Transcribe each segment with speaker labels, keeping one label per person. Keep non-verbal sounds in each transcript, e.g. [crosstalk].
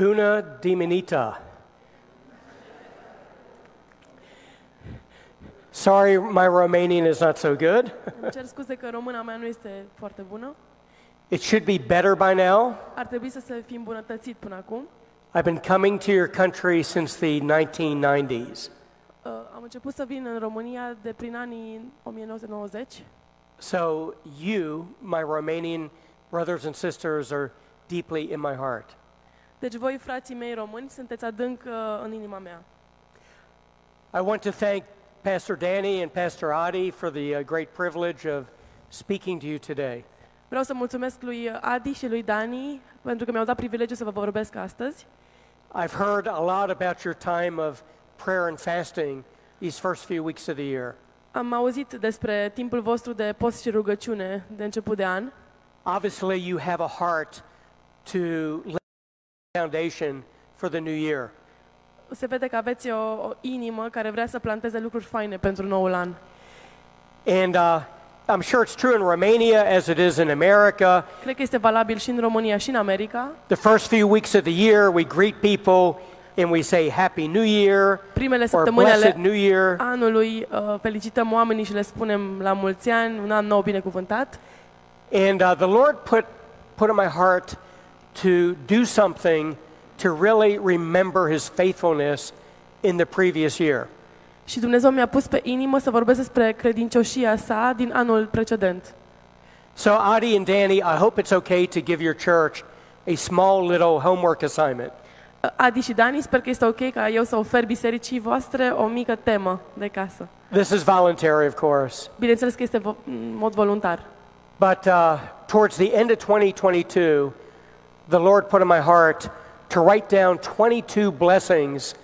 Speaker 1: Buna Diminita. Sorry, my Romanian is not so good.
Speaker 2: Îmi cer scuze că româna mea nu este foarte bună.
Speaker 1: It should be better by now.
Speaker 2: Ar trebui să se fi îmbunătățit până acum. Uh,
Speaker 1: I've been coming to your country since the 1990s.
Speaker 2: Uh, am început să vin în România de prin anii 1990.
Speaker 1: So, you, my Romanian brothers and sisters, are deeply in my heart.
Speaker 2: Deci voi, frații mei români, sunteți adânc uh, în inima mea.
Speaker 1: I want to thank Pastor Danny and Pastor Adi for the uh, great privilege of speaking to you today.
Speaker 2: Vreau să mulțumesc lui Adi și lui Dani pentru că mi-au dat privilegiu să vă vorbesc astăzi.
Speaker 1: I've heard a lot about your time of prayer and fasting these first few weeks of the year.
Speaker 2: Am auzit despre timpul vostru de post și rugăciune de început de an.
Speaker 1: Obviously, you have a heart to lay the foundation for the new year.
Speaker 2: Se vede că aveți o, o inimă care vrea să planteze lucruri faine pentru noul an.
Speaker 1: And uh, I'm sure it's true in Romania as it is in America.
Speaker 2: Cred că este valabil și în România și în America.
Speaker 1: The first few weeks of the year, we greet people and we say Happy New Year
Speaker 2: Primele
Speaker 1: or
Speaker 2: săptămâni
Speaker 1: Blessed
Speaker 2: ale
Speaker 1: New Year.
Speaker 2: anului uh, felicităm oamenii și le spunem la mulți ani, un an nou binecuvântat.
Speaker 1: And uh, the Lord put, put in my heart to do something to really remember His faithfulness in the previous year.
Speaker 2: Și Dumnezeu mi-a pus pe inimă să vorbesc despre credincioșia sa din anul precedent.
Speaker 1: So, Adi and Danny, I hope it's okay to give your church a small little homework assignment.
Speaker 2: Uh, Adi și Dani, sper că este ok ca eu să ofer bisericii voastre o mică temă de casă.
Speaker 1: This is voluntary, of course.
Speaker 2: Bineînțeles că este vo- în mod voluntar.
Speaker 1: But uh, towards the end of 2022, the Lord put in my heart to write down 22 blessings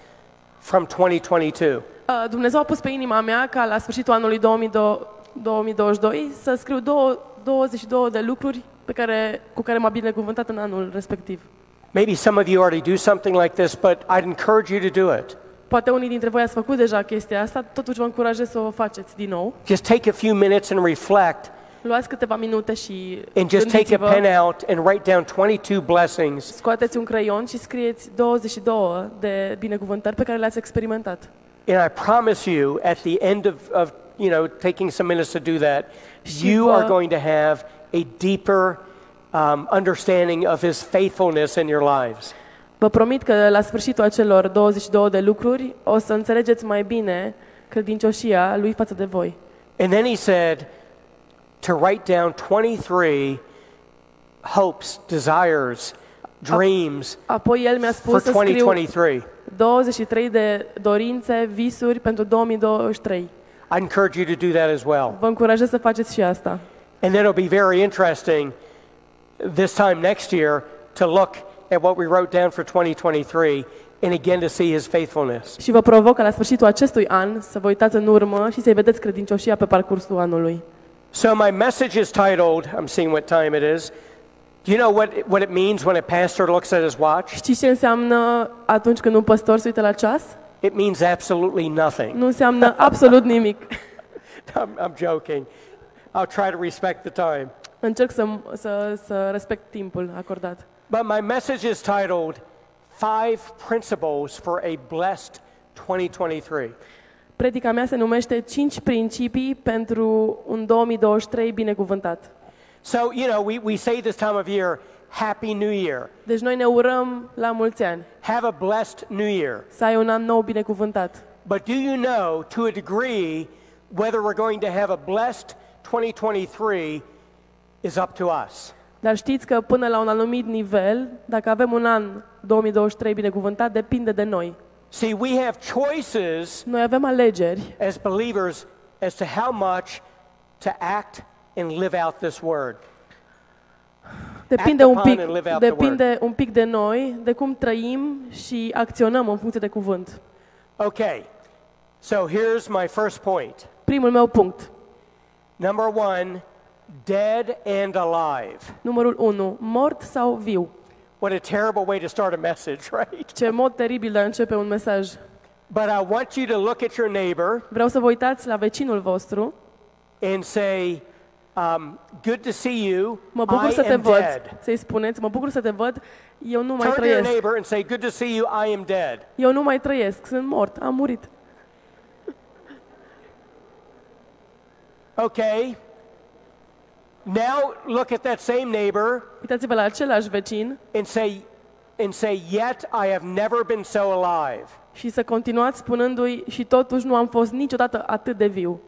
Speaker 1: from 2022.
Speaker 2: Uh, Dumnezeu a pus pe inima mea ca la sfârșitul anului 2002 2022 să scriu două, 22 de lucruri pe care, cu care m-a binecuvântat în anul respectiv.
Speaker 1: Maybe some of you already do something like this, but I'd encourage you to do it.
Speaker 2: Poate unii dintre voi ați făcut deja chestia asta, totuși vă încurajez să o faceți din nou.
Speaker 1: Just take a few minutes and reflect,
Speaker 2: Luați câteva minute și
Speaker 1: and just take a pen
Speaker 2: gândiți-vă,
Speaker 1: out and write down 22 blessings
Speaker 2: scoateți un creion și scrieți 22 de binecuvântări pe care le-ați experimentat.
Speaker 1: And I promise you, at the end of, of you know, taking some minutes to do that,
Speaker 2: Și
Speaker 1: you
Speaker 2: vă-
Speaker 1: are going to have a deeper um, understanding of His faithfulness in your lives.
Speaker 2: Vă promit că la sfârșitul acelor 22 de lucruri o să înțelegeți mai bine credincioșia lui față de voi.
Speaker 1: And then He said to write down 23 hopes, desires, dreams
Speaker 2: Apoi el mi-a
Speaker 1: for
Speaker 2: spus să scriu
Speaker 1: 2023.
Speaker 2: 23 de dorințe, visuri pentru 2023.
Speaker 1: I encourage you to do that as well.
Speaker 2: Vă încurajez să faceți și asta.
Speaker 1: And then it'll be very interesting this time next year to look at what we wrote down for 2023 and again to see His faithfulness.
Speaker 2: Și vă provoc ca la sfârșitul acestui an să vă uitați în urmă și să-i vedeți credincioșia pe parcursul anului.
Speaker 1: So my message is titled, I'm seeing what time it is. Do you know what, what it means when a pastor looks at his watch?
Speaker 2: Știți ce înseamnă atunci când un păstor se uită la ceas?
Speaker 1: It means absolutely nothing. [laughs]
Speaker 2: Nu înseamnă absolut nimic.
Speaker 1: I'm, I'm joking. I'll try to respect the time.
Speaker 2: Încerc să, să, să respect timpul acordat.
Speaker 1: But my message is titled Five Principles for a Blessed 2023.
Speaker 2: Predica mea se numește 5 principii pentru un 2023 binecuvântat.
Speaker 1: So, you know, we, we say this time of year, Happy New Year.
Speaker 2: Deci noi ne urăm la mulți ani,
Speaker 1: Have a blessed New Year.
Speaker 2: să ai un an nou binecuvântat.
Speaker 1: But do you know, to a degree, whether we're going to have a blessed 2023 is up to us.
Speaker 2: Dar știți că până la un anumit nivel, dacă avem un an 2023 binecuvântat, depinde de noi.
Speaker 1: See, we have choices
Speaker 2: Noi avem alegeri
Speaker 1: as believers as to how much to act and live out this word.
Speaker 2: Depinde un
Speaker 1: upon
Speaker 2: pic,
Speaker 1: and live out the
Speaker 2: depinde un pic de noi, de cum trăim și acționăm în funcție de cuvânt.
Speaker 1: Okay, so here's my first point.
Speaker 2: Primul meu punct,
Speaker 1: Number one, dead and alive.
Speaker 2: numărul 1, mort sau viu.
Speaker 1: What a terrible way to start a message, [laughs] right?
Speaker 2: Ce mod teribil de a începe un mesaj.
Speaker 1: But I want you to look at your neighbor
Speaker 2: Vreau să vă uitați la vecinul vostru
Speaker 1: and say, Um, good to see you.
Speaker 2: Mă bucur
Speaker 1: I
Speaker 2: să te
Speaker 1: am
Speaker 2: văd.
Speaker 1: dead.
Speaker 2: Să-i spuneți, mă bucur să te văd, eu nu mai
Speaker 1: Turn to your
Speaker 2: trăiesc.
Speaker 1: neighbor and say, Good to see you. I am dead.
Speaker 2: Eu nu mai trăiesc, sunt mort, am murit.
Speaker 1: Okay. Now look at that same neighbor
Speaker 2: Uitați-vă la același vecin
Speaker 1: and say, and say, Yet I have never been so alive.
Speaker 2: și să continuați spunându-i și totuși nu am fost niciodată atât de viu.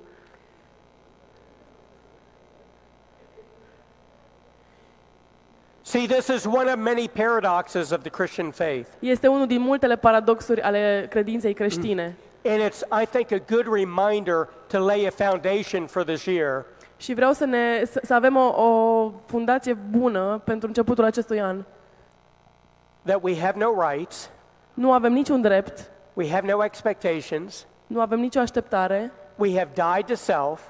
Speaker 1: See, this is one of many paradoxes of the Christian faith.
Speaker 2: Este unul din multele paradoxuri ale credinței creștine.
Speaker 1: And it's, I think, a good reminder to lay a foundation for this year
Speaker 2: Și vreau să, ne, să, să avem o, o fundație bună pentru începutul acestui an.
Speaker 1: that we have no rights,
Speaker 2: Nu avem niciun drept,
Speaker 1: we have no expectations,
Speaker 2: nu avem nicio așteptare,
Speaker 1: we have died to self,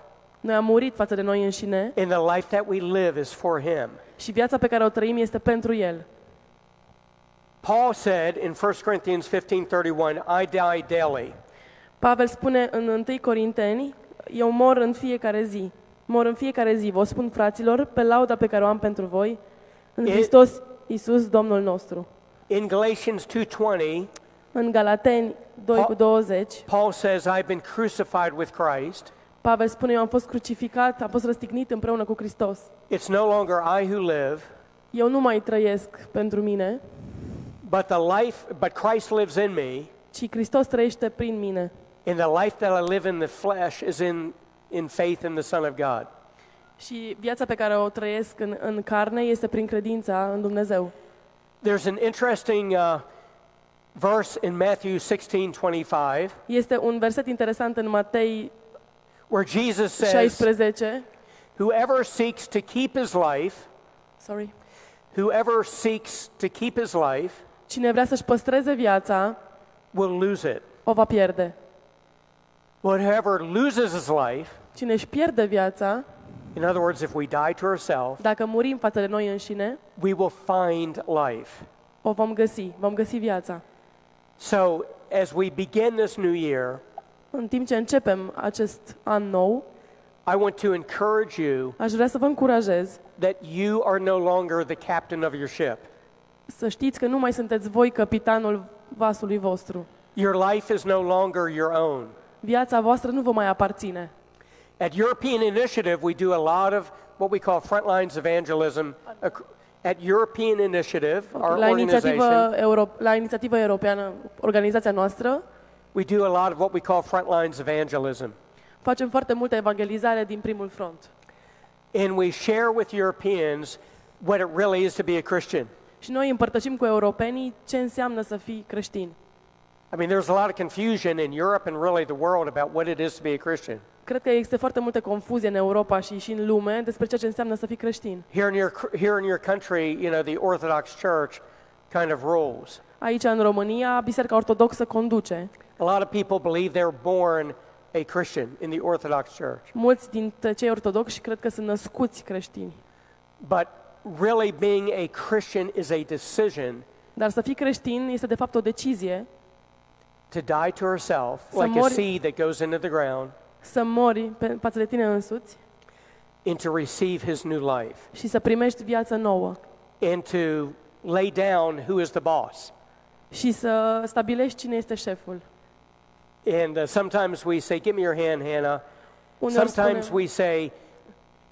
Speaker 2: noi am murit față de noi înșine
Speaker 1: and the life that we live is for Him.
Speaker 2: și viața pe care o trăim este pentru El.
Speaker 1: Paul said in 1 Corinthians 15:31, I die daily.
Speaker 2: Pavel spune în 1 Corinteni, eu mor în fiecare zi. Mor în fiecare zi, vă spun fraților, pe lauda pe care o am pentru voi, în
Speaker 1: E-
Speaker 2: Hristos Iisus Domnul nostru.
Speaker 1: In Galatians 2:20,
Speaker 2: În Galateni 2 cu
Speaker 1: Pa-
Speaker 2: 20,
Speaker 1: Paul says, I've been crucified with Christ.
Speaker 2: Pavel spune, eu am fost crucificat, am fost răstignit împreună cu Hristos.
Speaker 1: It's no longer I who live,
Speaker 2: Eu nu mai trăiesc pentru mine,
Speaker 1: but the life but Christ lives in me,
Speaker 2: ci Hristos trăiește prin mine.
Speaker 1: and the life that I live in the flesh is in in faith in the Son of God.
Speaker 2: Și viața pe care o trăiesc în, în carne este prin credința în Dumnezeu.
Speaker 1: There's an interesting uh, verse in Matthew 16:25
Speaker 2: Este un verset interesant în Matei
Speaker 1: where Jesus says,
Speaker 2: 16,
Speaker 1: "Whoever seeks to keep his life,
Speaker 2: sorry,
Speaker 1: whoever seeks to keep his life
Speaker 2: Cine vrea să-și păstreze viața,
Speaker 1: will lose it.
Speaker 2: o va pierde.
Speaker 1: Whatever loses his life,
Speaker 2: Cine își pierde viața,
Speaker 1: in other words, if we die to ourselves,
Speaker 2: dacă murim față de noi înșine,
Speaker 1: we will find life.
Speaker 2: o vom găsi, vom găsi viața.
Speaker 1: So, as we begin this new year,
Speaker 2: În timp ce începem acest an nou,
Speaker 1: I want to encourage you
Speaker 2: aș vrea să vă încurajez
Speaker 1: that you are no longer the captain of your ship.
Speaker 2: să știți că nu mai sunteți voi capitanul vasului vostru.
Speaker 1: Your life is no longer your own.
Speaker 2: Viața voastră nu vă mai aparține.
Speaker 1: At European Initiative, we do a lot of what we call front lines evangelism. ac- At European Initiative, our
Speaker 2: La inițiativă,
Speaker 1: organization,
Speaker 2: Euro- la inițiativă europeană, organizația noastră,
Speaker 1: we do a lot of what we call front lines evangelism.
Speaker 2: facem foarte multă evangelizare din primul front.
Speaker 1: and we share with Europeans what it really is to be a Christian.
Speaker 2: Și noi împărtășim cu europenii ce înseamnă să fii creștin.
Speaker 1: I mean, there's a lot of confusion in Europe and really the world about what it is to be a Christian.
Speaker 2: Cred că există foarte multă confuzie în Europa și și în lume despre ceea ce înseamnă să fii creștin.
Speaker 1: Here in your, here in your country, you know, the Orthodox Church kind of rules.
Speaker 2: Aici, în România, Biserica Ortodoxă conduce.
Speaker 1: A lot of people believe they're born a Christian in the Orthodox Church,
Speaker 2: Mulți dintre cei ortodoxi cred că sunt născuți creștini.
Speaker 1: but really being a Christian is a decision
Speaker 2: Dar să fii creștin este de fapt o decizie
Speaker 1: to die to herself,
Speaker 2: Să
Speaker 1: like a
Speaker 2: mori-
Speaker 1: seed that goes into the ground,
Speaker 2: să mori pe, față de tine însuți
Speaker 1: and to receive His new life,
Speaker 2: și să primești viață nouă
Speaker 1: and to lay down who is the boss.
Speaker 2: și să stabilești cine este șeful.
Speaker 1: And uh, sometimes we say, Give me your hand, Hannah.
Speaker 2: Uneori
Speaker 1: Sometimes
Speaker 2: spune,
Speaker 1: we say,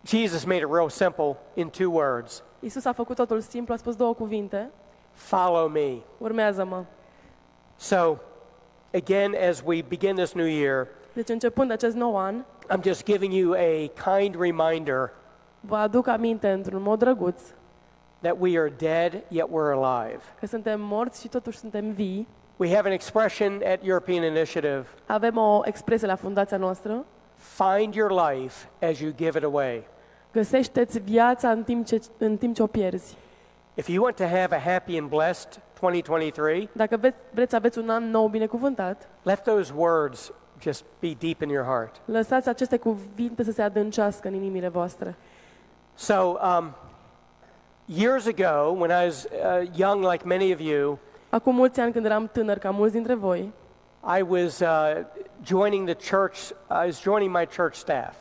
Speaker 1: Jesus made it real simple in two words
Speaker 2: Iisus a făcut totul simplu, a spus două cuvinte,
Speaker 1: follow me.
Speaker 2: urmează-mă.
Speaker 1: So, again, as we begin this new year,
Speaker 2: Deci începând acest nou an,
Speaker 1: I'm just giving you a kind reminder
Speaker 2: vă aduc aminte într-un mod drăguț
Speaker 1: that we are dead, yet we're alive.
Speaker 2: că suntem morți și totuși suntem vii.
Speaker 1: We have an expression at European Initiative
Speaker 2: Avem o expresie la fundația noastră.
Speaker 1: find your life as you give it away.
Speaker 2: Găsește-ți viața în timp, ce, în timp ce o pierzi.
Speaker 1: If you want to have a happy and blessed 2023,
Speaker 2: Dacă veți, vreți să aveți un an nou binecuvântat,
Speaker 1: let those words just be deep in your heart.
Speaker 2: lăsați aceste cuvinte să se adâncească în inimile voastre.
Speaker 1: So, um, years ago, when I was uh, young, like many of you,
Speaker 2: Acum mulți ani când eram tânăr, ca mulți dintre voi,
Speaker 1: I was uh, joining the church, I was joining my church staff.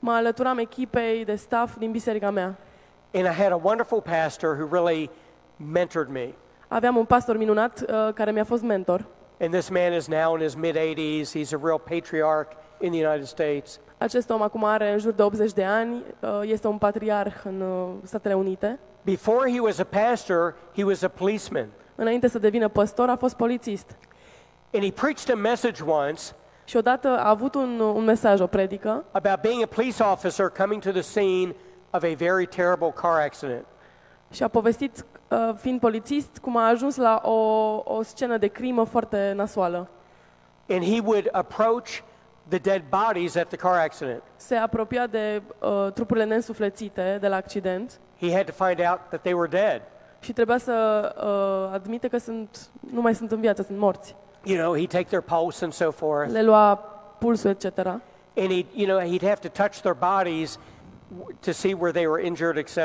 Speaker 2: Mă alăturam echipei de staff din biserica mea.
Speaker 1: And I had a wonderful pastor who really mentored me.
Speaker 2: Aveam un pastor minunat uh, care mi-a fost mentor.
Speaker 1: And this man is now in his mid 80s. He's a real patriarch in the United States.
Speaker 2: Acest om acum are în jur de 80 de ani, uh, este un patriarh în uh, Statele Unite.
Speaker 1: Before he was a pastor, he was a policeman.
Speaker 2: Înainte să devină păstor, a fost polițist.
Speaker 1: And he preached a message once
Speaker 2: Și odată a avut un, uh, un mesaj, o predică,
Speaker 1: about being a police officer coming to the scene of a very terrible car accident.
Speaker 2: și a povestit, uh, fiind polițist, cum a ajuns la o, o scenă de crimă foarte nasoală.
Speaker 1: And he would approach the dead bodies at the car accident.
Speaker 2: Se apropia de uh, trupurile neînsuflețite de la accident
Speaker 1: He had to find out that they were dead.
Speaker 2: și trebuia să uh, admite că sunt, nu mai sunt în viață, sunt morți.
Speaker 1: You know, he'd take their pulse and so forth.
Speaker 2: Le lua pulsul, etc.
Speaker 1: And he'd, you know, he'd have to touch their bodies w- to see where they were injured, etc.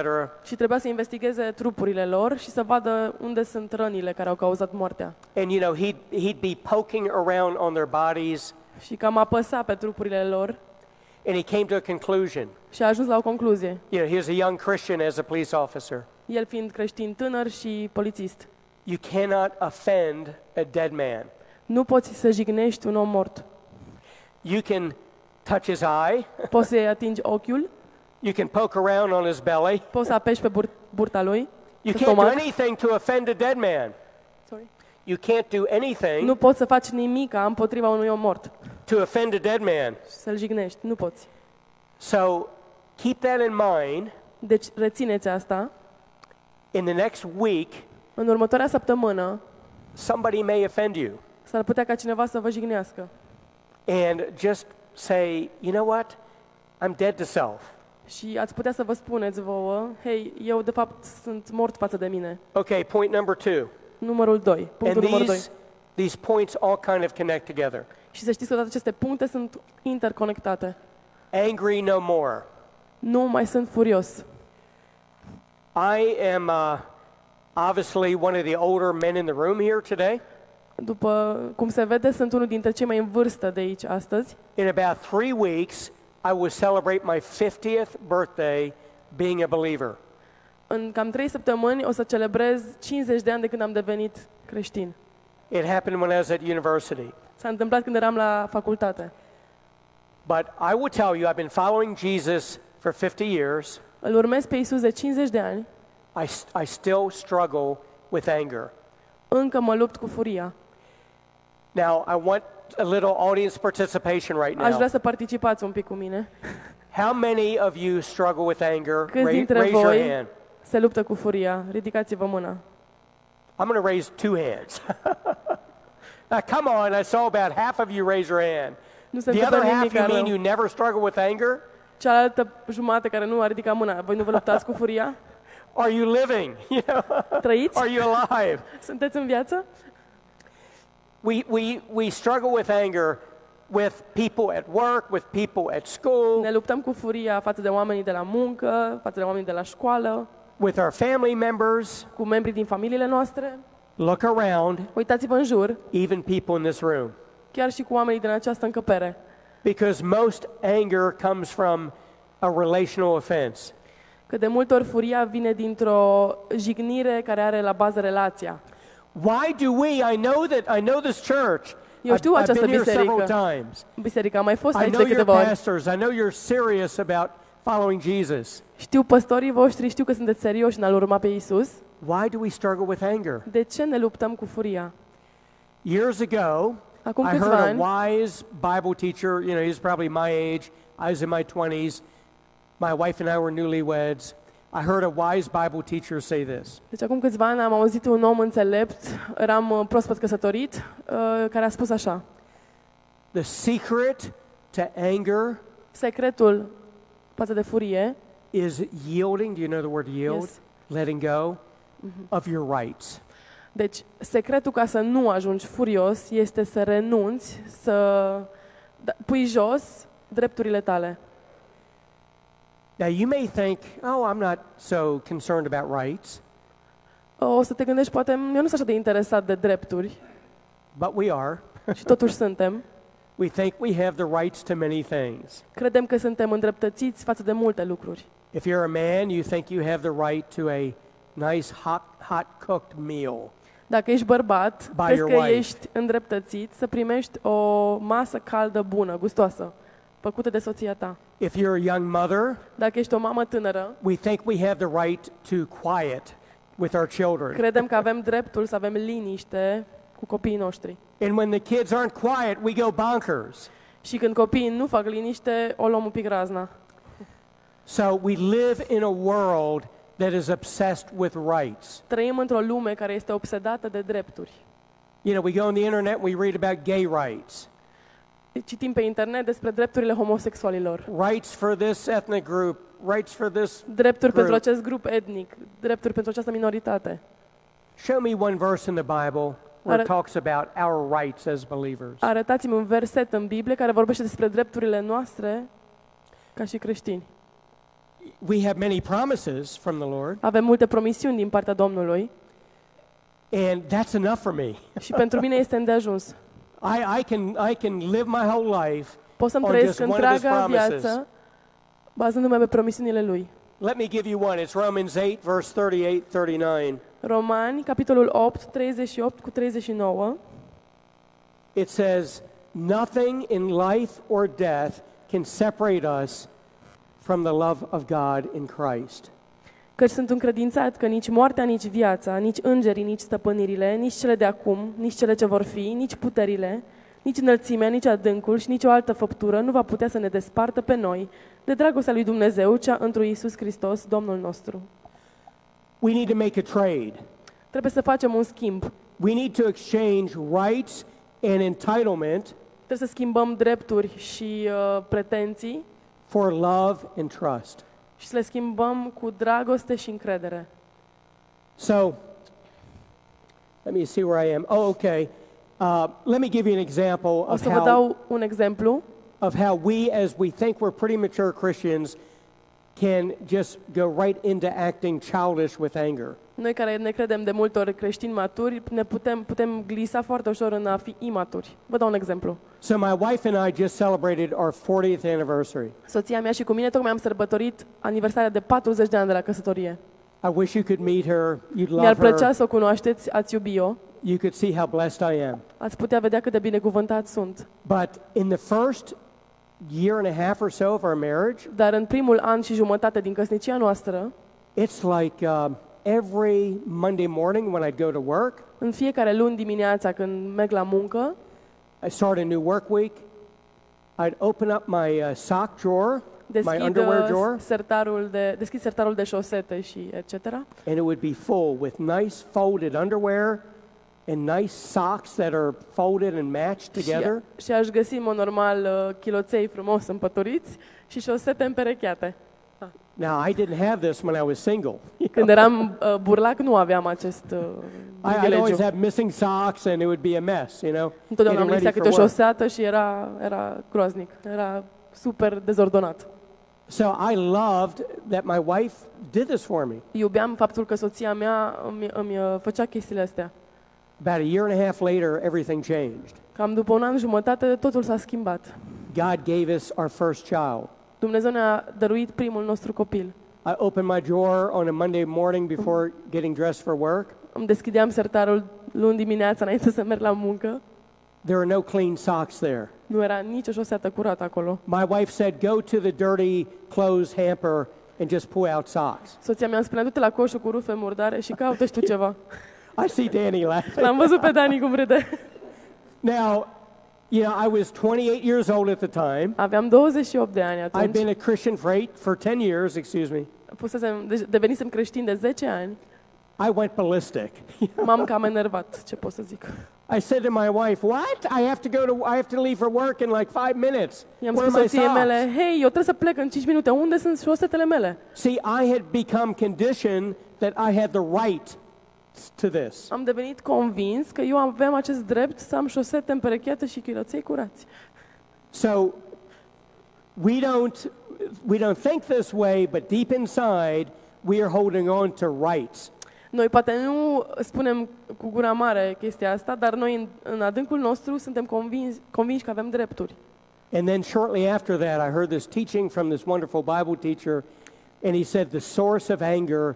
Speaker 2: Și trebuia să investigeze trupurile lor și să vadă unde sunt rănile care au cauzat moartea.
Speaker 1: And, you know, he'd, he'd be poking around on their bodies.
Speaker 2: Și cam apăsa pe trupurile lor
Speaker 1: And he came to a conclusion.
Speaker 2: și a ajuns la o concluzie,
Speaker 1: You know, he was a young Christian as a police officer.
Speaker 2: el fiind creștin tânăr și polițist.
Speaker 1: You cannot offend a dead man.
Speaker 2: Nu poți să jignești un om mort.
Speaker 1: You can touch his eye. [laughs]
Speaker 2: Poți să-i atingi ochiul,
Speaker 1: You can poke around on his belly.
Speaker 2: poți să apeși pe bur- burta lui,
Speaker 1: You
Speaker 2: pe
Speaker 1: can't do
Speaker 2: stomac.
Speaker 1: anything to offend a dead man.
Speaker 2: Sorry.
Speaker 1: You can't do anything
Speaker 2: Nu poți să faci nimic împotriva unui om mort
Speaker 1: to offend a dead man.
Speaker 2: și să-l jignești. Nu poți.
Speaker 1: So keep that in mind.
Speaker 2: Deci rețineți asta.
Speaker 1: In the next week,
Speaker 2: În următoarea săptămână
Speaker 1: somebody may offend you.
Speaker 2: s-ar putea ca cineva să vă jignească.
Speaker 1: And just say, you know what? I'm dead to self.
Speaker 2: Și ați putea să vă spuneți vouă, hei, eu de fapt sunt mort față de mine.
Speaker 1: Okay, point number two.
Speaker 2: Numărul 2, punctul
Speaker 1: and
Speaker 2: numărul 2.
Speaker 1: these, these points all kind of connect together.
Speaker 2: Și să știți că toate aceste puncte sunt interconectate.
Speaker 1: Angry no more.
Speaker 2: Nu mai sunt furios.
Speaker 1: I am uh, obviously one of the older men in the room here today.
Speaker 2: După cum se vede, sunt unul dintre cei mai în vârstă de aici astăzi.
Speaker 1: In about three weeks, I will celebrate my 50th birthday being a believer.
Speaker 2: În cam trei săptămâni o să celebrez 50 de ani de când am devenit creștin.
Speaker 1: It happened when I was at university.
Speaker 2: S-a întâmplat când eram la facultate.
Speaker 1: But I will tell you, I've been following Jesus for 50 years.
Speaker 2: Îl urmez pe Isus de 50 de ani,
Speaker 1: I, s- I still struggle with anger.
Speaker 2: încă mă lupt cu furia.
Speaker 1: Now, I want a little audience participation right
Speaker 2: Aș vrea
Speaker 1: now.
Speaker 2: să participați un pic cu mine.
Speaker 1: How many of you struggle with anger?
Speaker 2: Câți dintre
Speaker 1: raise your
Speaker 2: voi-
Speaker 1: hand.
Speaker 2: Se luptă cu furia. Ridicați-vă mâna.
Speaker 1: I'm going to raise two hands. [laughs] now, come on, I saw about half of you raise your hand.
Speaker 2: Nu se
Speaker 1: The
Speaker 2: întâmplă
Speaker 1: other half,
Speaker 2: nimic
Speaker 1: you
Speaker 2: rău.
Speaker 1: mean you never struggle with anger?
Speaker 2: Cealaltă jumătate care nu a ridicat mâna, voi nu vă luptați cu
Speaker 1: [laughs]
Speaker 2: furia?
Speaker 1: Are you living? [laughs] You know,
Speaker 2: Trăiți?
Speaker 1: are you alive?
Speaker 2: Sunteți în viață?
Speaker 1: We, we, we struggle with anger with people at work, with people at school,
Speaker 2: Ne luptăm cu furia față de oamenii de la muncă, față de oamenii de la școală,
Speaker 1: with our family members.
Speaker 2: cu membrii din familiile noastre.
Speaker 1: Look around,
Speaker 2: Uitați-vă în jur,
Speaker 1: even people in this room.
Speaker 2: chiar și cu oamenii din această încăpere.
Speaker 1: Because most anger comes from a relational offense.
Speaker 2: Că de multe ori furia vine dintr-o jignire care are la bază relația.
Speaker 1: Why do we? I know that I know this church.
Speaker 2: Eu știu
Speaker 1: I've, I've
Speaker 2: această
Speaker 1: been here several
Speaker 2: biserică.
Speaker 1: times.
Speaker 2: Biserica a mai fost
Speaker 1: I
Speaker 2: aici
Speaker 1: know
Speaker 2: de
Speaker 1: your
Speaker 2: câteva ori.
Speaker 1: pastors. I know you're serious about following Jesus.
Speaker 2: Știu păstorii voștri, știu că sunteți serioși în a-L urma pe Isus.
Speaker 1: Why do we struggle with anger?
Speaker 2: De ce ne luptăm cu furia?
Speaker 1: Years ago,
Speaker 2: Acum
Speaker 1: I
Speaker 2: câțiva
Speaker 1: heard a
Speaker 2: ani,
Speaker 1: wise Bible teacher. You know, he's probably my age. I was in my 20s. My wife and I were newlyweds. I heard a wise Bible teacher say this.
Speaker 2: deci acum câțiva ani am auzit un om înțelept, eram uh, proaspăt căsătorit, uh, care a spus așa.
Speaker 1: The secret to anger
Speaker 2: Secretul față de furie
Speaker 1: is yielding. Do you know the word yield?
Speaker 2: Yes.
Speaker 1: Letting go of your rights.
Speaker 2: Deci, secretul ca să nu ajungi furios este să renunți, să da- pui jos drepturile tale.
Speaker 1: Now you may think, oh, I'm not so concerned about rights,
Speaker 2: Uh, O să te gândești, poate, "M, eu nu sunt așa de interesat de drepturi,
Speaker 1: but we are.
Speaker 2: și totuși suntem.
Speaker 1: We think we have the rights to many things.
Speaker 2: Credem că suntem îndreptățiți față de multe lucruri.
Speaker 1: If you're a man, you think you have the right to a nice hot, hot cooked meal.
Speaker 2: Dacă ești bărbat,
Speaker 1: By
Speaker 2: crezi
Speaker 1: your
Speaker 2: că
Speaker 1: wife.
Speaker 2: ești îndreptățit să primești o masă caldă, bună, gustoasă, făcută de soția ta.
Speaker 1: If you're a young mother,
Speaker 2: Dacă ești o mamă tânără,
Speaker 1: we think we have the right to quiet with our children.
Speaker 2: credem că avem dreptul să avem liniște cu copiii noștri.
Speaker 1: And when the kids aren't quiet, we go bonkers.
Speaker 2: Și când copiii nu fac liniște, o luăm un pic razna.
Speaker 1: So we live in a world that is obsessed with rights.
Speaker 2: Trăim într-o lume care este obsedată de drepturi.
Speaker 1: You know, we go on the internet and we read about gay rights,
Speaker 2: Citim pe internet despre drepturile homosexualilor.
Speaker 1: rights for this ethnic group, rights for this.
Speaker 2: Drepturi
Speaker 1: Group.
Speaker 2: pentru acest grup etnic, drepturi pentru această minoritate.
Speaker 1: Show me one verse in the Bible where
Speaker 2: Are-
Speaker 1: it talks about our rights as believers.
Speaker 2: Arătați-mi un verset în Biblie care vorbește despre drepturile noastre ca și creștini.
Speaker 1: We have many promises from the Lord,
Speaker 2: Avem multe promisiuni din partea Domnului
Speaker 1: and that's enough for me.
Speaker 2: și pentru mine este îndeajuns.
Speaker 1: I, I, can, I can live my whole life.
Speaker 2: Pot să-mi
Speaker 1: On
Speaker 2: trăiesc
Speaker 1: just one of his
Speaker 2: întreaga
Speaker 1: promises.
Speaker 2: viață bazându-mă pe promisiunile Lui.
Speaker 1: Let me give you one. It's Romans 8, verse 38 39.
Speaker 2: Romani, capitolul 8, 38 cu 39.
Speaker 1: It says, Nothing in life or death can separate us from the love of God in Christ.
Speaker 2: Căci sunt încredințat că nici moartea, nici viața, nici îngerii, nici stăpânirile, nici cele de acum, nici cele ce vor fi, nici puterile, nici înălțimea, nici adâncul și nici o altă făptură nu va putea să ne despartă pe noi de dragostea lui Dumnezeu, cea întru Iisus Hristos, Domnul nostru.
Speaker 1: We need to make a trade.
Speaker 2: Trebuie să facem un schimb.
Speaker 1: We need to exchange rights and entitlement
Speaker 2: Trebuie să schimbăm drepturi și uh, pretenții
Speaker 1: for love and trust.
Speaker 2: și să le schimbăm cu dragoste și încredere.
Speaker 1: So, let me see where I am. Oh, okay. Uh, let me give you an example
Speaker 2: O
Speaker 1: of
Speaker 2: să vă
Speaker 1: how,
Speaker 2: dau un exemplu.
Speaker 1: of how we, as we think we're pretty mature Christians, can just go right into acting childish with anger.
Speaker 2: Noi care ne credem de multe ori creștini maturi, ne putem, putem glisa foarte ușor în a fi imaturi. Vă dau un exemplu.
Speaker 1: So, my wife and I just celebrated our 40th anniversary.
Speaker 2: Soția mea și cu mine tocmai am sărbătorit aniversarea de 40 de ani de la căsătorie.
Speaker 1: I wish you could meet her. You'd
Speaker 2: Mi-ar
Speaker 1: love
Speaker 2: plăcea
Speaker 1: her.
Speaker 2: să o cunoașteți, ați iubi-o,
Speaker 1: You could see how blessed I am.
Speaker 2: ați putea vedea cât de binecuvântați sunt.
Speaker 1: But in the first year and a half or so of our marriage,
Speaker 2: Dar în primul an și jumătate din căsnicia noastră,
Speaker 1: it's like um, every Monday morning when I'd go to work,
Speaker 2: în fiecare luni dimineața când merg la muncă,
Speaker 1: I start a new work week. I'd open up my uh, sock drawer, my
Speaker 2: deschid,
Speaker 1: underwear
Speaker 2: uh,
Speaker 1: drawer,
Speaker 2: sertarul de, deschid sertarul de șosete și etc.
Speaker 1: and it would be full with nice folded underwear and nice socks that are folded and matched together.
Speaker 2: Și, și aș găsi, în mod normal, uh, chiloței frumos împăturiți și șosete împerecheate.
Speaker 1: Now, I didn't have this when I was single.
Speaker 2: Când eram uh, burlac, nu aveam acest uh,
Speaker 1: I, I'd always
Speaker 2: privilegiu.
Speaker 1: have missing socks, and it would be a mess, you know.
Speaker 2: Întotdeauna am
Speaker 1: getting
Speaker 2: lipsea
Speaker 1: ready
Speaker 2: câte o
Speaker 1: for work.
Speaker 2: șoseată și era, era groaznic. Era super dezordonat.
Speaker 1: So I loved that my wife did this for me.
Speaker 2: Iubeam faptul că soția mea îmi, îmi uh, făcea chestiile astea.
Speaker 1: About a year and a half later, everything changed.
Speaker 2: Cam după un an jumătate, totul s-a schimbat.
Speaker 1: God gave us our first child.
Speaker 2: Dumnezeu ne-a dăruit primul nostru copil.
Speaker 1: I opened my drawer on a Monday morning before getting dressed for work.
Speaker 2: Îmi deschideam sertarul luni dimineața înainte să merg la muncă.
Speaker 1: There were no clean socks there.
Speaker 2: Nu era nicio șoseată curată acolo.
Speaker 1: My wife said, Go to the dirty clothes hamper and just pull out socks.
Speaker 2: Soția mea îmi spunea, du-te la coșul cu rufe murdare și caută și tu ceva.
Speaker 1: I see Danny laughing.
Speaker 2: L-am văzut pe Dani cum râde.
Speaker 1: Now, you know, I was 28 years old at the time.
Speaker 2: Aveam 28 de ani
Speaker 1: I'd
Speaker 2: atunci.
Speaker 1: been a Christian for, eight, for 10 years, excuse me.
Speaker 2: Fusesem, deci devenisem creștin de 10 ani.
Speaker 1: I went ballistic. [laughs]
Speaker 2: M-am cam enervat, ce pot să zic.
Speaker 1: I said to my wife, "What? I have to go to I have to leave for work in like 5 minutes.
Speaker 2: I-am
Speaker 1: Where are
Speaker 2: spus
Speaker 1: my
Speaker 2: soției
Speaker 1: socks?"
Speaker 2: mele, hei, eu trebuie să plec în 5 minute, unde sunt șosetele mele?
Speaker 1: See, I had become conditioned that I had the right to this.
Speaker 2: Am devenit convins că eu aveam acest drept să am șosete împerecheate și chiloței curați.
Speaker 1: So we don't we don't think this way, but deep inside we are holding on to rights.
Speaker 2: Noi poate nu spunem cu gura mare chestia asta, dar noi în, în adâncul nostru suntem convinși, convinși că avem drepturi.
Speaker 1: And then shortly after that, I heard this teaching from this wonderful Bible teacher, and he said the source of anger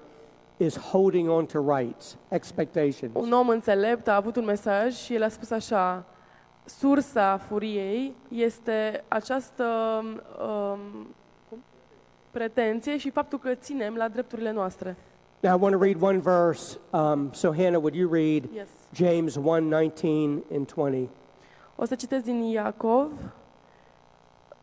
Speaker 1: is holding on to rights, expectations.
Speaker 2: Un om înțelept a avut un mesaj și el a spus așa, sursa furiei este această um, cum? pretenție și faptul că ținem la drepturile noastre.
Speaker 1: Now, I want to read one verse. Um, so, Hannah, would you read
Speaker 2: Yes.
Speaker 1: James 1 19 and 20?
Speaker 2: O să citesc din Iacov.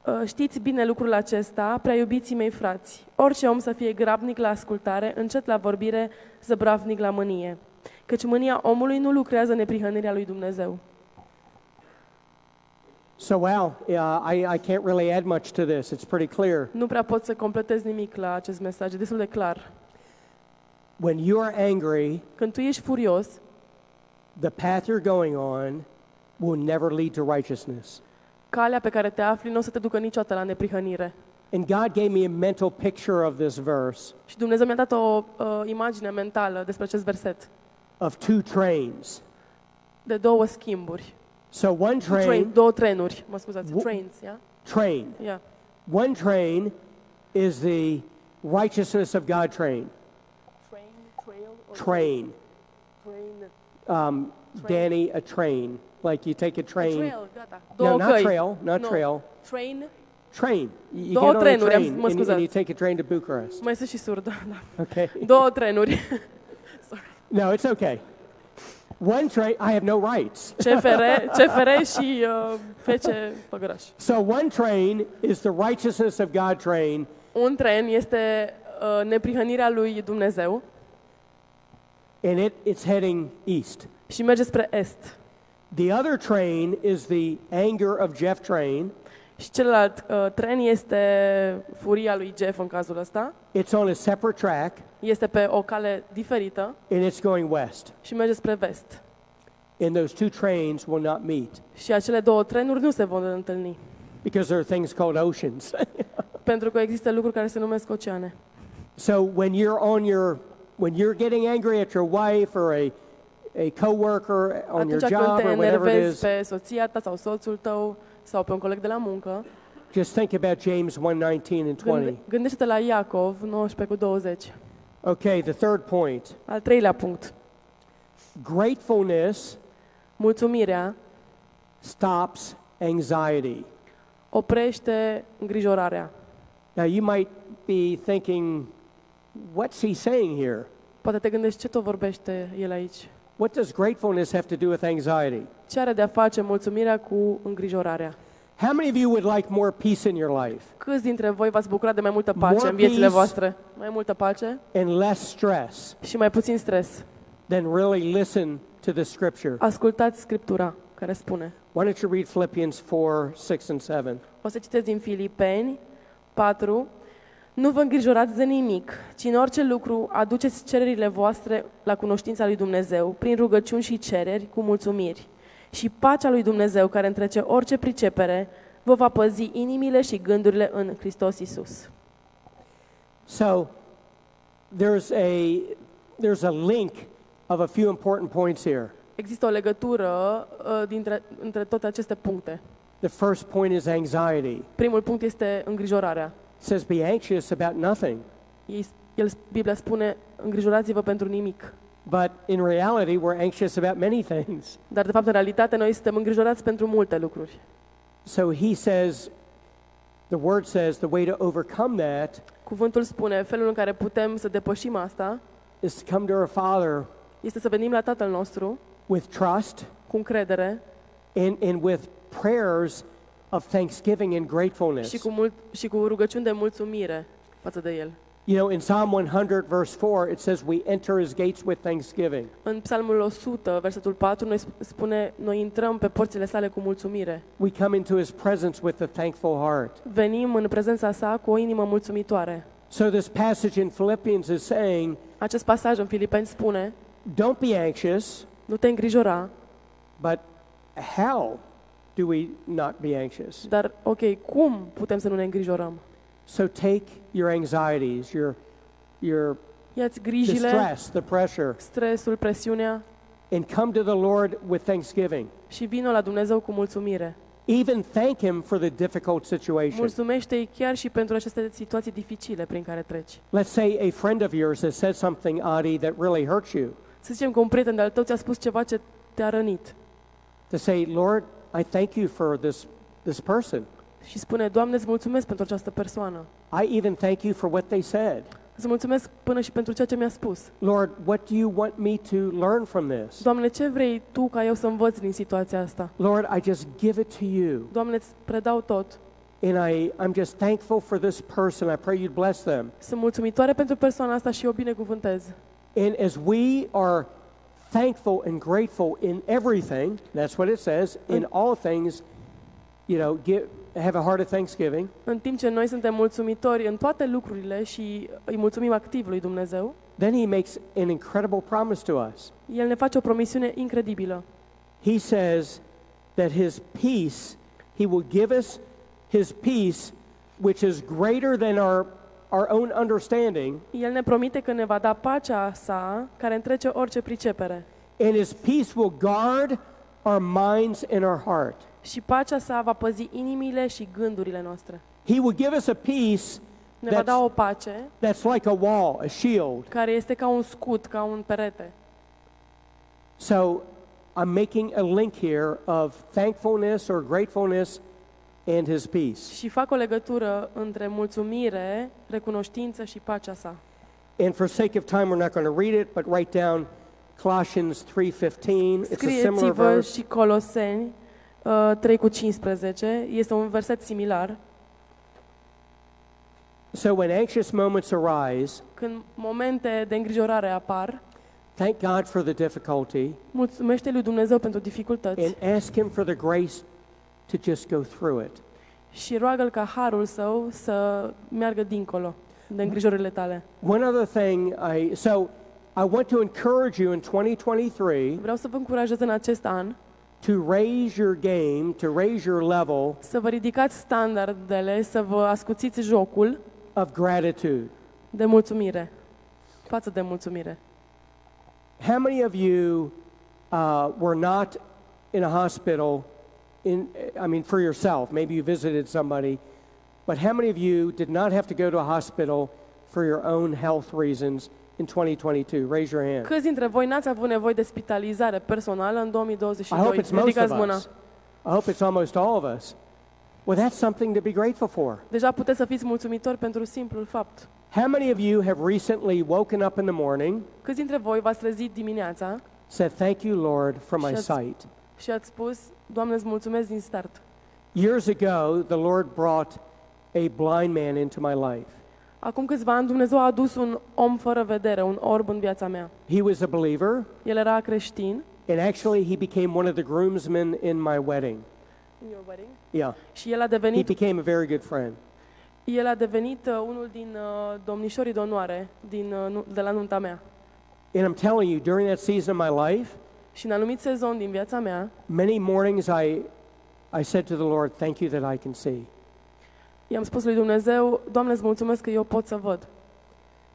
Speaker 2: Uh, Știți bine lucrul acesta, prea iubiții mei frați. Orice om să fie grabnic la ascultare, încet la vorbire, zăbravnic la mânie. Căci mânia omului nu lucrează neprihănirea lui Dumnezeu.
Speaker 1: So, wow, yeah, I, I can't really add much to this. It's pretty clear.
Speaker 2: Nu prea pot să completez nimic la acest mesaj, e destul de clar.
Speaker 1: When you are angry,
Speaker 2: Când tu ești furios,
Speaker 1: the path you're going on will never lead to righteousness.
Speaker 2: calea pe care te afli nu o să te ducă niciodată la neprihănire.
Speaker 1: And God gave me a mental picture of this verse
Speaker 2: Și Dumnezeu mi-a dat o uh, imagine mentală despre acest verset,
Speaker 1: of two trains.
Speaker 2: de două schimburi.
Speaker 1: So one train,
Speaker 2: Train, două trenuri, mă scuzați,
Speaker 1: Wo-
Speaker 2: trains, ia?
Speaker 1: train.
Speaker 2: Ia.
Speaker 1: One train is the righteousness of God train. Train. Um, Danny, a train. Like you take a train.
Speaker 2: Trail, gata. Două
Speaker 1: No, not
Speaker 2: căi.
Speaker 1: trail, not
Speaker 2: No.
Speaker 1: trail.
Speaker 2: Train.
Speaker 1: Train. You, you
Speaker 2: Două
Speaker 1: get on a
Speaker 2: trenuri, am-
Speaker 1: train
Speaker 2: mă
Speaker 1: and, you- and
Speaker 2: scuzați.
Speaker 1: you take a train to Bucharest.
Speaker 2: Mai sunt și surdă, [laughs] da.
Speaker 1: Okay.
Speaker 2: Două trenuri. [laughs]
Speaker 1: No, it's okay. One train, I have no rights.
Speaker 2: CFR, CFR și uh, FC Păgăraș.
Speaker 1: So one train is the righteousness of God train,
Speaker 2: Un tren este uh, neprihănirea lui Dumnezeu
Speaker 1: and it, it's heading east.
Speaker 2: și merge spre est.
Speaker 1: The other train is the anger of Jeff train.
Speaker 2: Și celălalt uh, tren este furia lui Jeff în cazul ăsta.
Speaker 1: It's on a separate track,
Speaker 2: Este pe o cale diferită
Speaker 1: and it's going west.
Speaker 2: și merge spre vest.
Speaker 1: And those two trains will not meet
Speaker 2: Și acele două trenuri nu se vor întâlni,
Speaker 1: because there are things called oceans. [laughs]
Speaker 2: pentru că există lucruri care se numesc oceane.
Speaker 1: so when you're on your when you're getting angry at your wife or a a coworker on your
Speaker 2: Atunci când
Speaker 1: job
Speaker 2: te
Speaker 1: or whatever it
Speaker 2: enervezi
Speaker 1: is,
Speaker 2: pe soția ta sau soțul tău sau pe un coleg de la muncă,
Speaker 1: just think about James 1:19 and 20.
Speaker 2: gând, gândește-te la Iacov 19 cu 20.
Speaker 1: Okay, the third point.
Speaker 2: Al treilea punct.
Speaker 1: Gratefulness
Speaker 2: Mulțumirea
Speaker 1: stops anxiety.
Speaker 2: oprește îngrijorarea.
Speaker 1: Now you might be thinking what's he saying here?
Speaker 2: Poate te gândești ce tot vorbește el aici.
Speaker 1: What does gratefulness have to do with anxiety?
Speaker 2: Ce are de-a face mulțumirea cu îngrijorarea?
Speaker 1: How many of you would like more peace in your life
Speaker 2: Câți dintre voi v-ați bucurat de mai multă pace
Speaker 1: More
Speaker 2: în viețile
Speaker 1: peace.
Speaker 2: voastre? Mai multă pace
Speaker 1: and less stress?
Speaker 2: și mai puțin stres.
Speaker 1: Then really listen to the scripture.
Speaker 2: Ascultați Scriptura care spune.
Speaker 1: Why don't you read Philippians 4, 6, and 7?
Speaker 2: O să citesc din Filipeni 4. Nu vă îngrijorați de nimic, ci în orice lucru aduceți cererile voastre la cunoștința lui Dumnezeu, prin rugăciuni și cereri, cu mulțumiri. Și pacea lui Dumnezeu, care întrece orice pricepere, vă va păzi inimile și gândurile în Hristos Isus.
Speaker 1: So there's a there's a link of a few important points here.
Speaker 2: Există o legătură uh, dintre, între toate aceste puncte.
Speaker 1: The first point is anxiety. It
Speaker 2: Primul punct este îngrijorarea.
Speaker 1: says be anxious about nothing.
Speaker 2: Ei, el, Biblia spune, îngrijorați-vă pentru nimic.
Speaker 1: But in reality, we're anxious about many things.
Speaker 2: Dar, de fapt, în realitate, noi suntem îngrijorați pentru multe lucruri.
Speaker 1: So he says the word says the way to overcome that
Speaker 2: Cuvântul spune, felul în care putem să depășim asta
Speaker 1: is to come to our father
Speaker 2: este să venim la Tatăl nostru
Speaker 1: with trust
Speaker 2: cu încredere
Speaker 1: and, and with prayers of thanksgiving and gratefulness.
Speaker 2: și cu, mult, și cu rugăciuni de mulțumire față de El.
Speaker 1: You know, in Psalm 100, verse 4, it says, We enter his gates with thanksgiving.
Speaker 2: În Psalmul 100, versetul 4, noi sp- spune, noi intrăm pe porțile sale cu mulțumire.
Speaker 1: We come into his presence with a thankful heart.
Speaker 2: Venim în prezența sa cu o inimă mulțumitoare.
Speaker 1: So, this passage in Philippians is saying,
Speaker 2: Acest pasaj în Filipeni spune,
Speaker 1: Don't be anxious,
Speaker 2: nu te îngrijora,
Speaker 1: but how do we not be anxious?
Speaker 2: dar ok, cum putem să nu ne îngrijorăm?
Speaker 1: So, take your anxieties, your, your
Speaker 2: Iați
Speaker 1: the
Speaker 2: grijile,
Speaker 1: stress, the pressure,
Speaker 2: stresul, presiunea
Speaker 1: and come to the Lord with thanksgiving.
Speaker 2: și vină la Dumnezeu cu mulțumire.
Speaker 1: Even thank Him for the difficult situation.
Speaker 2: Mulțumește-i chiar și pentru aceste situații dificile prin care treci.
Speaker 1: Let's say a friend of yours has said something, Adi, that really hurts you.
Speaker 2: Să zicem că un prieten de-al tău ți-a spus ceva ce te-a rănit
Speaker 1: To say, Lord, I thank you for this, this person.
Speaker 2: și spune, Doamne, îți mulțumesc pentru această persoană.
Speaker 1: I even thank you for what they said.
Speaker 2: Îți mulțumesc până și pentru ceea ce mi-a spus.
Speaker 1: Lord, what do you want me to learn from this?
Speaker 2: Doamne, ce vrei Tu ca eu să învăț din situația asta?
Speaker 1: Lord, I just give it to you.
Speaker 2: Doamne, îți predau tot.
Speaker 1: And I, I'm just thankful for this person. I pray you'd bless them.
Speaker 2: Sunt mulțumitoare pentru persoana asta și o binecuvântez.
Speaker 1: And as we are thankful and grateful in everything, that's what it says, in all things, you know, give, have a heart of thanksgiving.
Speaker 2: În timp ce noi suntem mulțumitori în toate lucrurile și îi mulțumim activ lui Dumnezeu,
Speaker 1: Then he makes an incredible promise to us.
Speaker 2: El ne face o promisiune incredibilă.
Speaker 1: He says that his peace, he will give us his peace, which is greater than our, our own understanding.
Speaker 2: El ne promite că ne va da pacea sa, care întrece orice pricepere.
Speaker 1: And his peace will guard our minds and our heart.
Speaker 2: Și pacea sa va păzi inimile și gândurile noastre.
Speaker 1: He will give us a peace
Speaker 2: Ne va da
Speaker 1: that's,
Speaker 2: o pace
Speaker 1: that's like a wall, a shield.
Speaker 2: care este ca un scut, ca un perete.
Speaker 1: So I'm making a link here of thankfulness or gratefulness and his peace.
Speaker 2: Și fac o legătură între mulțumire, recunoștință și pacea sa.
Speaker 1: And for sake of time, we're not going to read it, but write down Colossians 3.15. It's a similar
Speaker 2: Scrieți-vă
Speaker 1: verse.
Speaker 2: și Coloseni uh, 3 cu 15. Este un verset similar.
Speaker 1: So when anxious moments arise,
Speaker 2: Când momente de îngrijorare apar,
Speaker 1: thank God for the difficulty
Speaker 2: mulțumește lui Dumnezeu pentru dificultăți
Speaker 1: and ask him for the grace to just go through it.
Speaker 2: și roagă-L ca harul său să meargă dincolo de îngrijorările tale.
Speaker 1: One other thing, I so I want to encourage you in 2023
Speaker 2: Vreau să vă încurajez în acest an
Speaker 1: to raise your game, to raise your level
Speaker 2: să vă ridicați standardele, să vă ascuțiți jocul
Speaker 1: of gratitude.
Speaker 2: de mulțumire, față de mulțumire.
Speaker 1: How many of you uh, were not in a hospital? In I mean, for yourself, maybe you visited somebody, but how many of you did not have to go to a hospital for your own health reasons in 2022? Raise your hand.
Speaker 2: Câți dintre voi n-ați avut nevoie de spitalizare personală în
Speaker 1: I hope
Speaker 2: 2022?
Speaker 1: it's most of
Speaker 2: Ridicați mâna.
Speaker 1: us. I hope it's almost all of us. Well, that's something to be grateful for.
Speaker 2: Deja puteți să fiți mulțumitori pentru simplul fapt.
Speaker 1: How many of you have recently woken up in the morning,
Speaker 2: Câți dintre voi v-ați trezit dimineața
Speaker 1: said, Thank you, Lord, for my
Speaker 2: Yes.
Speaker 1: sight?
Speaker 2: și ați spus, Doamne, îți mulțumesc din start.
Speaker 1: Years ago, the Lord brought a blind man into my life.
Speaker 2: Acum câțiva ani Dumnezeu a adus un om fără vedere, un orb în viața mea.
Speaker 1: He was a believer,
Speaker 2: El era creștin
Speaker 1: and actually, he became one of the groomsmen in my wedding. Yeah,
Speaker 2: și el a
Speaker 1: he
Speaker 2: devenit,
Speaker 1: became a very good friend.
Speaker 2: el a devenit uh, unul din uh, domnișorii de onoare din, uh, nu- de la nunta mea.
Speaker 1: And I'm telling you, during that season of my life,
Speaker 2: Și în anumit sezon din viața mea,
Speaker 1: many mornings I, I said to the Lord, Thank you that I can see.
Speaker 2: i-am spus lui Dumnezeu, Doamne, îți mulțumesc că eu pot să văd.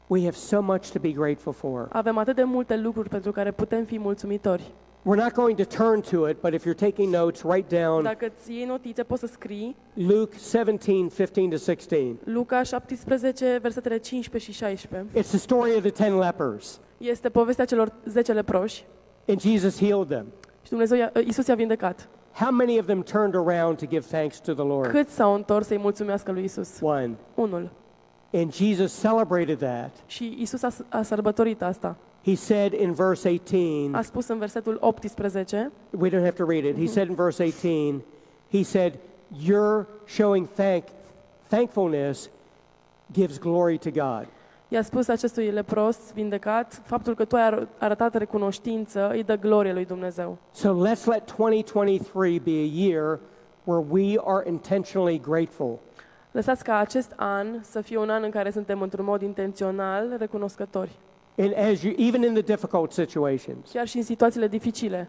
Speaker 1: We have so much to be grateful for.
Speaker 2: Avem atât de multe lucruri pentru care putem fi mulțumitori.
Speaker 1: We're not going to turn to it, but if you're taking notes, write down
Speaker 2: Dacă îți iei notițe, poți să scrii
Speaker 1: Luke 17, 15 to 16.
Speaker 2: Luca 17, versetele 15 și 16.
Speaker 1: It's the story of the 10 lepers,
Speaker 2: Este povestea celor 10 leproși
Speaker 1: and Jesus healed them.
Speaker 2: și Dumnezeu, i-a- uh, Iisus i-a vindecat.
Speaker 1: How many of them turned around to give thanks to the Lord?
Speaker 2: Cât s-au întors să-i mulțumească lui Isus?
Speaker 1: One.
Speaker 2: Unul.
Speaker 1: And Jesus celebrated that.
Speaker 2: Și Isus a, a sărbătorit asta.
Speaker 1: He said in verse 18,
Speaker 2: A spus în versetul 18,
Speaker 1: we don't have to read it. He said in verse 18, he said, "Your showing thank thankfulness gives glory to God."
Speaker 2: i-a spus acestui lepros vindecat, faptul că tu ai ar- arătat recunoștință îi dă glorie lui Dumnezeu.
Speaker 1: So let's let 2023 be a year where we are intentionally grateful.
Speaker 2: Lăsați ca acest an să fie un an în care suntem într-un mod intențional recunoscători,
Speaker 1: And as you even in the difficult situations.
Speaker 2: chiar și în situațiile dificile.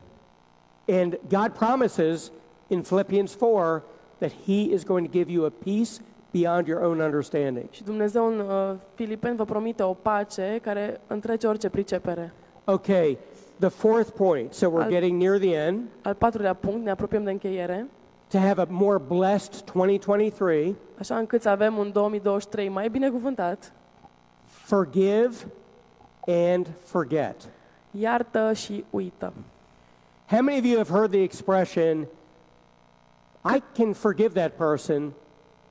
Speaker 1: And God promises in Philippians 4 that he is going to give you a peace beyond your own understanding.
Speaker 2: Și Dumnezeu în uh, Filipeni vă promite o pace care întrece orice pricepere.
Speaker 1: Okay, the fourth point, so we're
Speaker 2: Al-
Speaker 1: getting near the end,
Speaker 2: Al patrulea punct, ne apropiem de încheiere,
Speaker 1: to have a more blessed 2023,
Speaker 2: așa încât să avem un 2023 mai binecuvântat,
Speaker 1: forgive and forget.
Speaker 2: iartă și uită.
Speaker 1: How many of you have heard the expression, I can forgive that person,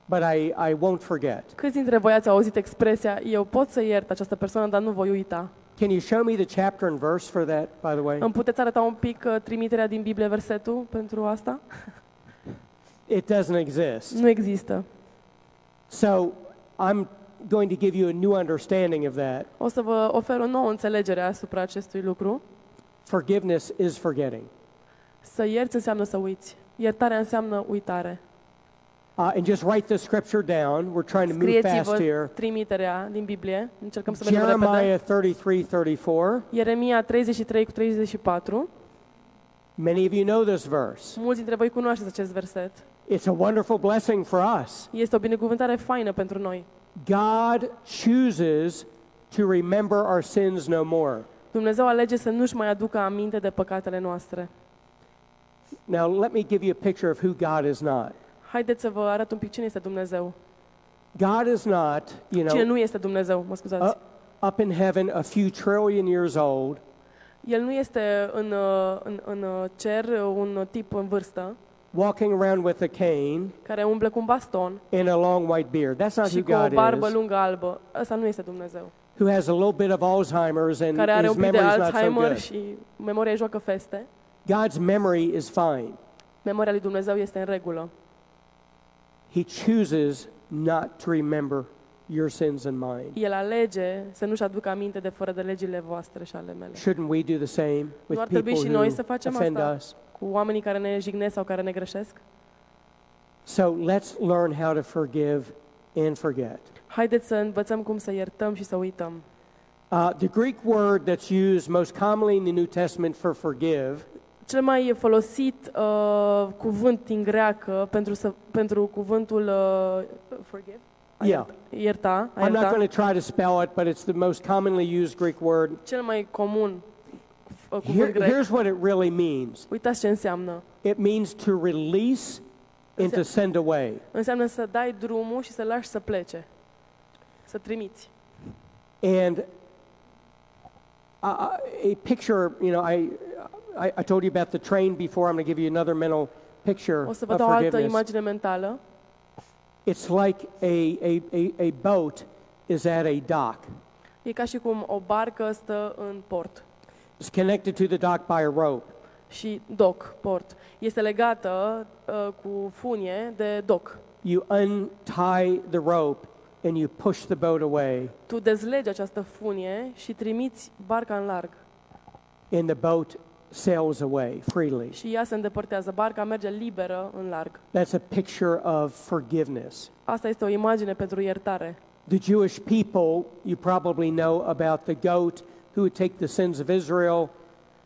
Speaker 1: but I, I won't forget?
Speaker 2: Câți dintre voi ați auzit expresia, eu pot să iert această persoană, dar nu voi uita?
Speaker 1: Can you show me the chapter and verse for that, by the way?
Speaker 2: Îmi puteți arăta un pic uh, trimiterea din Biblie versetul pentru asta?
Speaker 1: It doesn't exist.
Speaker 2: Nu există.
Speaker 1: So I'm going to give you a new understanding of that.
Speaker 2: O să vă ofer o nouă înțelegere asupra acestui lucru.
Speaker 1: Forgiveness is forgetting.
Speaker 2: Să ierți înseamnă să uiți. Iertarea înseamnă uitare.
Speaker 1: Uh, and just write the scripture down. We're trying to move fast
Speaker 2: Scrieți-vă
Speaker 1: here.
Speaker 2: trimiterea din Biblie. Încercăm să mergem repede.
Speaker 1: Jeremiah 33 34.
Speaker 2: Ieremia 33 cu 34.
Speaker 1: Many of you know this verse.
Speaker 2: Mulți dintre voi cunoașteți acest verset.
Speaker 1: It's a wonderful blessing for us.
Speaker 2: Este o binecuvântare faină pentru noi.
Speaker 1: God chooses to remember our sins no more.
Speaker 2: Dumnezeu alege să nu-și mai aducă aminte de păcatele noastre.
Speaker 1: Now, let me give you a picture of who God is not.
Speaker 2: Haideți să vă arăt un pic cine este Dumnezeu.
Speaker 1: God is not, you
Speaker 2: Cine
Speaker 1: know,
Speaker 2: nu este Dumnezeu, mă scuzați.
Speaker 1: u- up in heaven a few trillion years old,
Speaker 2: El nu este în, uh, în, în uh, cer un uh, tip în vârstă
Speaker 1: walking around with a cane
Speaker 2: care umble cu un baston
Speaker 1: and a long white beard. That's not
Speaker 2: și
Speaker 1: who
Speaker 2: cu o
Speaker 1: God
Speaker 2: barbă
Speaker 1: Da, is.
Speaker 2: lungă albă. Ăsta nu este Dumnezeu.
Speaker 1: Who has a little bit of Alzheimer's and
Speaker 2: Care are
Speaker 1: his
Speaker 2: un pic de
Speaker 1: memory's not so
Speaker 2: Alzheimer
Speaker 1: good.
Speaker 2: și memoria îi joacă feste.
Speaker 1: God's memory is fine.
Speaker 2: Memoria lui Dumnezeu este în regulă.
Speaker 1: He chooses not to remember your sins and mine.
Speaker 2: El alege să nu-și aducă aminte de fără de legile voastre și ale mele.
Speaker 1: Shouldn't we do the same with
Speaker 2: Nu ar trebui
Speaker 1: people
Speaker 2: și
Speaker 1: who
Speaker 2: noi să facem
Speaker 1: offend
Speaker 2: asta.
Speaker 1: us?
Speaker 2: Cu oamenii care ne jignesc sau care ne greșesc.
Speaker 1: So let's learn how to forgive and forget.
Speaker 2: Haideți să învățăm cum să iertăm și să uităm.
Speaker 1: Uh, the Greek word that's used most commonly in the New Testament for forgive
Speaker 2: Cel mai folosit uh, cuvânt din greacă pentru, să, pentru cuvântul uh, forgive? A
Speaker 1: Yeah.
Speaker 2: Ierta, a
Speaker 1: I'm not
Speaker 2: ierta.
Speaker 1: going to try to spell it, but it's the most commonly used Greek word.
Speaker 2: Cel mai comun uh, cuvânt
Speaker 1: Here-
Speaker 2: grec.
Speaker 1: here's what it really means
Speaker 2: Uitați ce înseamnă.
Speaker 1: it means to release and to send away.
Speaker 2: Înseamnă să dai drumul și să lași să plece. Să trimiți.
Speaker 1: And uh, a picture, you know, I, I, I told you about the train before. I'm going to give you another mental picture
Speaker 2: O
Speaker 1: of
Speaker 2: să vă dau o altă
Speaker 1: forgiveness.
Speaker 2: imagine mentală.
Speaker 1: It's like a, a, a, a boat is at a dock.
Speaker 2: E ca și cum o barcă stă în port
Speaker 1: It's connected to the dock by a rope.
Speaker 2: și doc, port. Este legată uh, cu funie de doc.
Speaker 1: You untie the rope and you push the boat away,
Speaker 2: Tu dezlegi această funie și trimiți barca în larg.
Speaker 1: and the boat sails away freely.
Speaker 2: Și ea se îndepărtează. Barca merge liberă în larg.
Speaker 1: That's a picture of forgiveness.
Speaker 2: Asta este o imagine pentru iertare.
Speaker 1: The Jewish people, you probably know about the goat who would take the sins of Israel.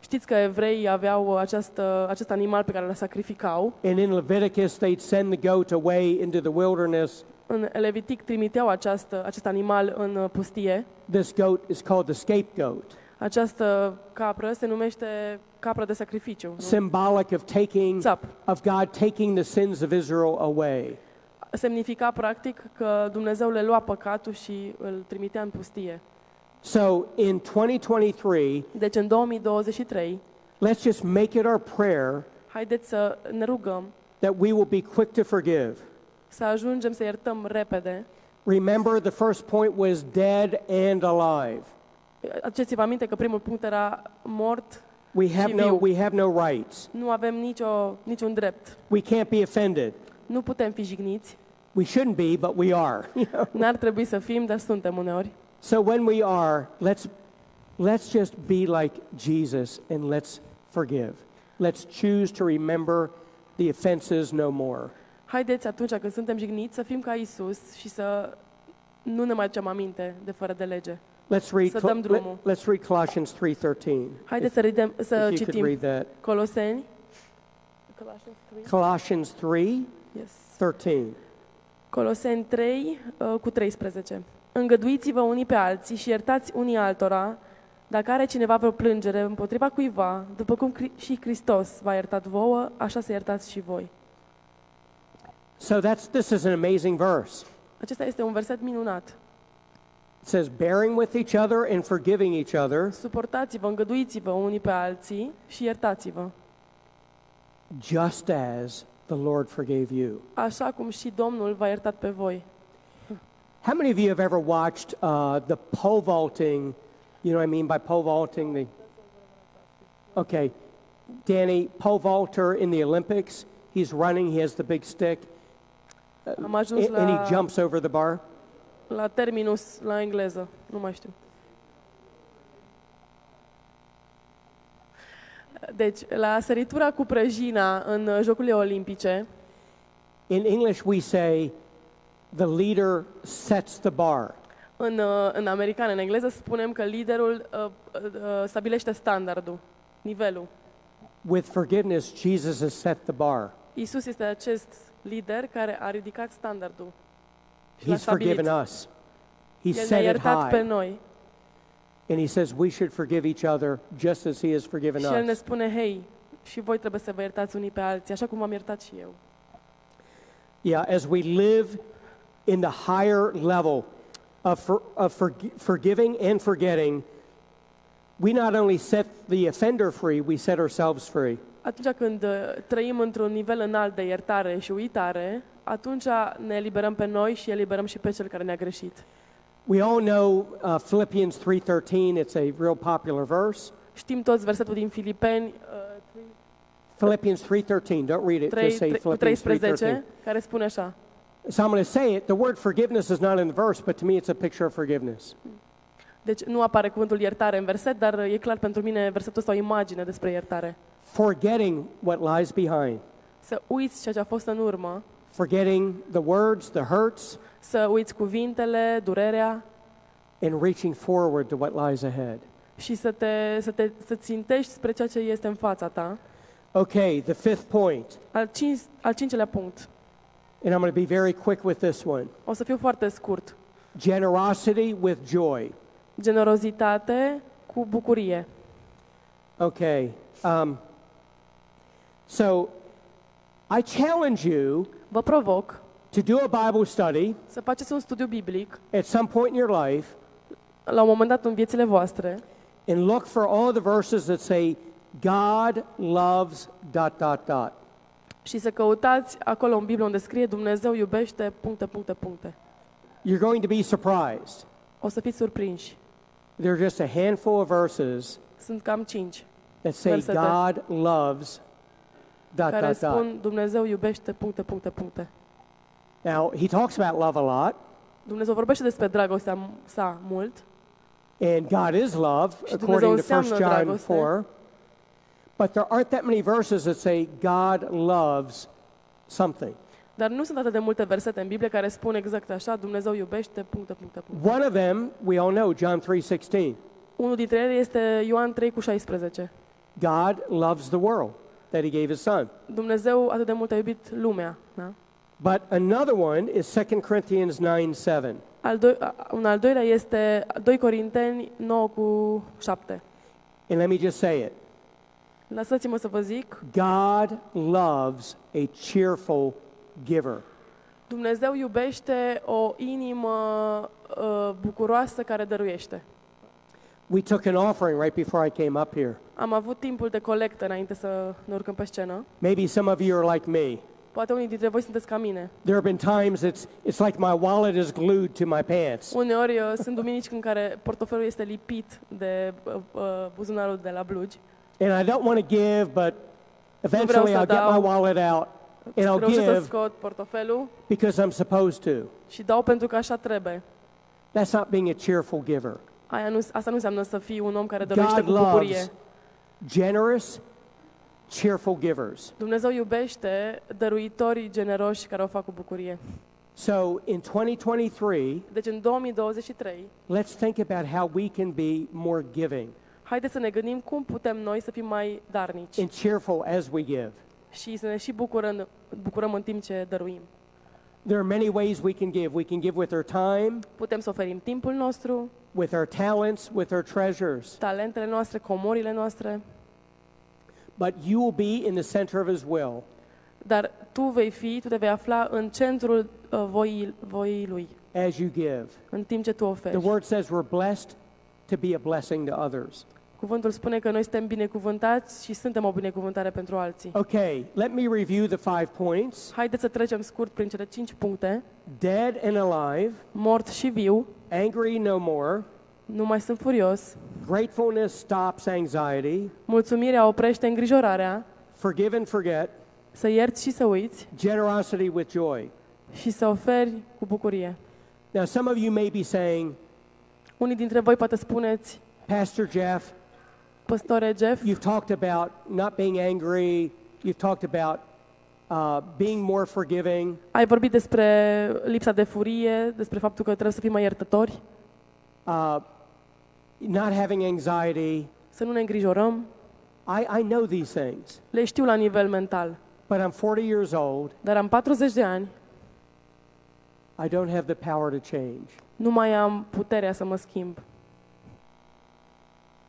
Speaker 2: Știți că evreii aveau această, acest animal pe care îl sacrificau.
Speaker 1: And in Leviticus, they'd send the goat away into the wilderness.
Speaker 2: În Levitic trimiteau această, acest animal în uh, pustie.
Speaker 1: This goat is called the scapegoat,
Speaker 2: Această capră se numește capră de sacrificiu. nu?
Speaker 1: symbolic of taking
Speaker 2: Țap.
Speaker 1: of God taking the sins of Israel away.
Speaker 2: Semnifica practic că Dumnezeu le lua păcatul și îl trimitea în pustie.
Speaker 1: So in 2023,
Speaker 2: Deci în 2023,
Speaker 1: let's just make it our prayer
Speaker 2: haideți să ne rugăm
Speaker 1: that we will be quick to forgive.
Speaker 2: să ajungem să iertăm repede.
Speaker 1: Remember, the first point was dead and alive.
Speaker 2: Aduceți-vă aminte că primul punct era mort,
Speaker 1: We have
Speaker 2: Și
Speaker 1: no,
Speaker 2: viu.
Speaker 1: we have no rights.
Speaker 2: nu avem nicio, niciun drept.
Speaker 1: We can't be offended.
Speaker 2: Nu putem fi jigniți,
Speaker 1: We shouldn't be, but we are. [laughs]
Speaker 2: n-ar trebui să fim, dar suntem uneori.
Speaker 1: so when we are, let's let's just be like Jesus and let's forgive. Let's choose to remember the offenses no more.
Speaker 2: Haideți atunci când suntem jigniți să fim ca Isus și să nu ne mai aducem aminte de fără de lege.
Speaker 1: Let's read,
Speaker 2: Să
Speaker 1: Col-
Speaker 2: dăm drumul.
Speaker 1: let, us read Colossians 3.13.
Speaker 2: Haideți să, ridem, să
Speaker 1: if you could
Speaker 2: citim
Speaker 1: read that.
Speaker 2: Coloseni. Colossians 3.
Speaker 1: Colossians 3.13.
Speaker 2: Yes. Coloseni 3 uh, cu 13. Îngăduiți-vă unii pe alții și iertați unii altora, dacă are cineva vreo plângere împotriva cuiva, după cum Cri- și Hristos v-a iertat vouă, așa să iertați și voi.
Speaker 1: So that's this is an amazing verse.
Speaker 2: Acesta este un verset minunat.
Speaker 1: It says, bearing with each other and forgiving each other,
Speaker 2: Suportați-vă, îngăduiți-vă unii pe alții și iertați-vă,
Speaker 1: just as the Lord forgave you.
Speaker 2: așa cum și Domnul v-a iertat pe voi.
Speaker 1: How many of you have ever watched uh, the pole vaulting? You know what I mean by pole vaulting? The okay, Danny, pole vaulter in the Olympics. He's running. He has the big stick,
Speaker 2: Am ajuns
Speaker 1: a- and
Speaker 2: la,
Speaker 1: he jumps over the bar.
Speaker 2: la terminus, la engleză, nu mai știu. Deci, la săritura cu prăjina în uh, Jocurile Olimpice,
Speaker 1: In English, we say the leader sets the bar.
Speaker 2: în, uh, în americană, în engleză, spunem că liderul uh, uh, uh, stabilește standardul, nivelul.
Speaker 1: With forgiveness, Jesus has set the bar.
Speaker 2: Isus este acest lider care a ridicat standardul. Și l-a
Speaker 1: He's
Speaker 2: stabilit.
Speaker 1: forgiven us. He
Speaker 2: El ne-a
Speaker 1: set it
Speaker 2: iertat pe
Speaker 1: high.
Speaker 2: noi.
Speaker 1: And he says we should forgive each other just as he has forgiven
Speaker 2: Și El ne
Speaker 1: us.
Speaker 2: spune, hei, și voi trebuie să vă iertați unii pe alții, așa cum am iertat și eu.
Speaker 1: Yeah, as we live in the higher level of, for, of forg- forgiving and forgetting, we not only set the offender free, we set ourselves free.
Speaker 2: Atunci când uh, trăim într-un nivel înalt de iertare și uitare, atunci ne eliberăm pe noi și eliberăm și pe cel care ne-a greșit.
Speaker 1: We all know uh, Philippians 3:13. It's a real popular verse.
Speaker 2: Știm toți versetul din Filipeni uh,
Speaker 1: Philippians 3:13. Don't read it.
Speaker 2: 3,
Speaker 1: just say
Speaker 2: 3, cu
Speaker 1: Philippians 3:13.
Speaker 2: 13, care spune așa.
Speaker 1: So I'm going to say it. The word forgiveness is not in the verse, but to me, it's a picture of forgiveness.
Speaker 2: Deci nu apare cuvântul iertare în verset, dar uh, e clar pentru mine versetul ăsta o imagine despre iertare.
Speaker 1: Forgetting what lies behind,
Speaker 2: Să uiți ceea ce a fost în urmă,
Speaker 1: forgetting the words, the hurts,
Speaker 2: să uiți cuvintele, durerea
Speaker 1: and reaching forward to what lies ahead.
Speaker 2: și să te, să te să țintești spre ceea ce este în fața ta.
Speaker 1: Okay, the fifth point,
Speaker 2: Al, cinci, al cincelea punct.
Speaker 1: and I'm going to be very quick with this one
Speaker 2: O să fiu foarte scurt.
Speaker 1: generosity with joy.
Speaker 2: Generozitate cu bucurie.
Speaker 1: Okay, um, so I challenge you
Speaker 2: Vă provoc
Speaker 1: to do a Bible study
Speaker 2: să faceți un studiu biblic
Speaker 1: at some point in your life
Speaker 2: la un moment dat în viețile voastre
Speaker 1: and look for all the verses that say, God loves dot dot dot.
Speaker 2: și să căutați acolo în Biblie unde scrie Dumnezeu iubește puncte, puncte, puncte.
Speaker 1: You're going to be surprised.
Speaker 2: O să fiți surprinși.
Speaker 1: There are just a handful of verses
Speaker 2: Sunt cam cinci
Speaker 1: that say
Speaker 2: Verse that-
Speaker 1: God loves dot
Speaker 2: care
Speaker 1: dot dot.
Speaker 2: spun Dumnezeu iubește puncte, puncte, puncte.
Speaker 1: Now he talks about love a lot,
Speaker 2: Dumnezeu vorbește despre dragostea m- sa mult
Speaker 1: and God is love,
Speaker 2: Și
Speaker 1: according
Speaker 2: Dumnezeu
Speaker 1: to 1
Speaker 2: înseamnă
Speaker 1: John
Speaker 2: dragoste.
Speaker 1: 4. But there aren't that many verses that say God loves something.
Speaker 2: Dar nu sunt atât de multe versete în Biblie care spun exact așa, Dumnezeu iubește, puncte, puncte, puncte.
Speaker 1: One of them we all know, John 3:16.
Speaker 2: Unul dintre ele este Ioan 3 cu 16.
Speaker 1: God loves the world that he gave his son.
Speaker 2: Dumnezeu atât de mult a iubit lumea. Da?
Speaker 1: But another one is 2 Corinthians 9:7.
Speaker 2: Al doi, a- un al doilea este 2 Corinteni 9 cu 7.
Speaker 1: And let me just say it.
Speaker 2: Lăsați-mă să vă zic,
Speaker 1: God loves a cheerful giver.
Speaker 2: Dumnezeu iubește o inimă uh, bucuroasă care dăruiește.
Speaker 1: We took an offering right before I came up here.
Speaker 2: Am avut timpul de colectă înainte să ne urcăm pe scenă.
Speaker 1: Maybe some of you are like me.
Speaker 2: Poate unii dintre voi sunteți ca mine.
Speaker 1: There have been times it's, it's like my wallet is glued to my pants.
Speaker 2: Uneori uh, sunt duminici în care portofelul este lipit de uh, uh, buzunarul de la blugi.
Speaker 1: And I don't want to give, but eventually I'll get my wallet out and I'll
Speaker 2: Reușesc să
Speaker 1: give
Speaker 2: scot portofelul
Speaker 1: because I'm supposed to.
Speaker 2: și dau pentru că așa trebuie.
Speaker 1: That's not being a cheerful giver.
Speaker 2: Aia nu, asta nu înseamnă să fii un om care dăruiește
Speaker 1: God
Speaker 2: cu bucurie.
Speaker 1: loves generous, cheerful givers.
Speaker 2: Dumnezeu iubește dăruitorii generoși care o fac cu bucurie.
Speaker 1: So in 2023,
Speaker 2: Deci în 2023,
Speaker 1: let's think about how we can be more giving
Speaker 2: haideți să ne gândim cum putem noi să fim mai darnici
Speaker 1: and cheerful as we give.
Speaker 2: și să ne și bucurăm, bucurăm în timp ce dăruim.
Speaker 1: There are many ways we can give. We can give with our time,
Speaker 2: Putem să oferim timpul nostru,
Speaker 1: with our talents, with our treasures.
Speaker 2: talentele noastre, comorile noastre,
Speaker 1: But you will be in the center of His will.
Speaker 2: dar tu vei fi, tu te vei afla în centrul uh, voii, voii lui,
Speaker 1: as you give.
Speaker 2: în timp ce tu
Speaker 1: The
Speaker 2: oferi.
Speaker 1: word says we're blessed to be a blessing to others.
Speaker 2: Cuvântul spune că noi suntem binecuvântați și suntem o binecuvântare pentru alții.
Speaker 1: Oh. Okay, let me review the five points
Speaker 2: Haideți să trecem scurt prin cele cinci puncte.
Speaker 1: dead and alive,
Speaker 2: Mort și viu,
Speaker 1: angry no more,
Speaker 2: nu mai sunt furios,
Speaker 1: gratefulness stops anxiety,
Speaker 2: mulțumirea oprește îngrijorarea,
Speaker 1: forgive and forget,
Speaker 2: să ierți și să uiți
Speaker 1: generosity with joy.
Speaker 2: și să oferi cu bucurie.
Speaker 1: Now, some of you may be saying,
Speaker 2: Unii dintre voi poate spuneți,
Speaker 1: Pastor Jeff,
Speaker 2: păstore Jeff,
Speaker 1: you've talked about not being angry, you've talked about uh, being more forgiving.
Speaker 2: ai vorbit despre lipsa de furie, despre faptul că trebuie să fim mai iertători,
Speaker 1: Uh, not having anxiety.
Speaker 2: să nu ne îngrijorăm.
Speaker 1: I, I know these things,
Speaker 2: Le știu la nivel mental,
Speaker 1: but I'm 40 years old.
Speaker 2: dar am 40 de ani,
Speaker 1: I don't have the power to change.
Speaker 2: nu mai am puterea să mă schimb.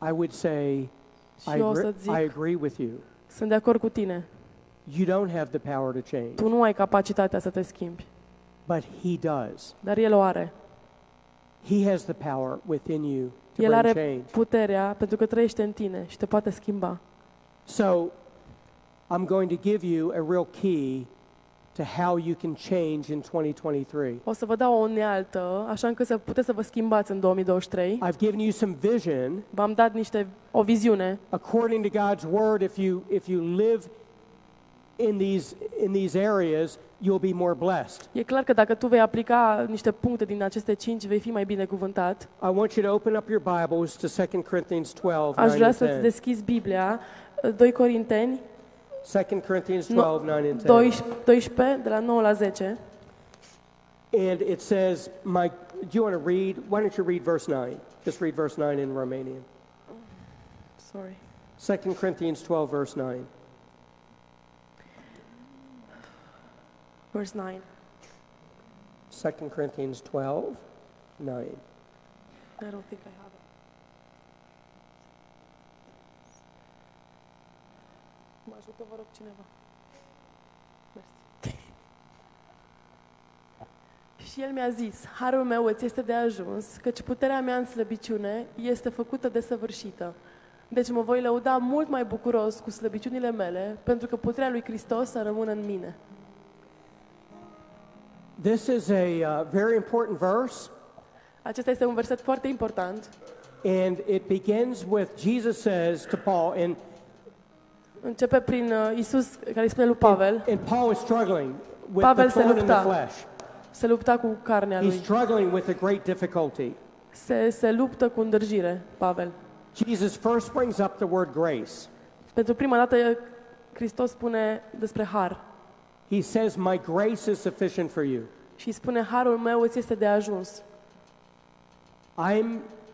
Speaker 1: I would say,
Speaker 2: Și
Speaker 1: I,
Speaker 2: eu o
Speaker 1: agree-
Speaker 2: să zic,
Speaker 1: I agree with you.
Speaker 2: sunt de acord cu tine,
Speaker 1: You don't have the power to change,
Speaker 2: tu nu ai capacitatea să te schimbi,
Speaker 1: but He does.
Speaker 2: dar El o are.
Speaker 1: He has the power within you to
Speaker 2: El
Speaker 1: bring
Speaker 2: are
Speaker 1: change.
Speaker 2: puterea pentru că trăiește în tine și te poate schimba.
Speaker 1: So I'm going to give you a real key to how you can change in 2023.
Speaker 2: O să vă dau o unealtă, așa încât să puteți să vă schimbați în 2023.
Speaker 1: I've given you some vision
Speaker 2: V-am dat niște, o viziune.
Speaker 1: according to God's word. If you if you live in these in these areas, you'll be more blessed.
Speaker 2: E clar că dacă tu vei aplica niște puncte din aceste cinci, vei fi mai binecuvântat.
Speaker 1: I want you to open up your Bibles to 2 Corinthians 12.
Speaker 2: Aș
Speaker 1: 9
Speaker 2: vrea
Speaker 1: and
Speaker 2: să-ți
Speaker 1: 10.
Speaker 2: deschizi Biblia, 2 Corinteni
Speaker 1: 2 Corinthians
Speaker 2: No,
Speaker 1: 12, 9 and 10.
Speaker 2: 12, 12, de la 9 la 10.
Speaker 1: And it says, my, do you want to read? Why don't you read verse 9? Just read verse 9 in Romanian.
Speaker 2: Sorry.
Speaker 1: 2 Corinthians 12, verse 9.
Speaker 2: Verse 9.
Speaker 1: 2 Corinthians 12, 9.
Speaker 2: I don't think I have it. Mă ajută, vă rog, cineva. Mersi. [laughs] Și el mi-a zis, harul meu îți este de ajuns, căci puterea mea în slăbiciune este făcută de săvârșită. Deci mă voi lăuda mult mai bucuros cu slăbiciunile mele, pentru că puterea lui Hristos să rămână în mine.
Speaker 1: This is a uh, very important verse,
Speaker 2: Acesta este un verset foarte important.
Speaker 1: and it begins with Jesus says to Paul, and,
Speaker 2: Începe prin uh, Isus, care îi spune lui Pavel,
Speaker 1: and Paul is struggling with
Speaker 2: Pavel
Speaker 1: the
Speaker 2: se
Speaker 1: thorn in the
Speaker 2: lupta.
Speaker 1: flesh.
Speaker 2: se lupta cu carnea
Speaker 1: He's
Speaker 2: lui.
Speaker 1: struggling with a great difficulty.
Speaker 2: Se, se luptă cu îndârjire, Pavel.
Speaker 1: Jesus first brings up the word grace.
Speaker 2: Pentru prima dată, Hristos spune despre har
Speaker 1: He says, My grace is sufficient for you.
Speaker 2: și îi spune, harul meu îți este de ajuns.
Speaker 1: I'm,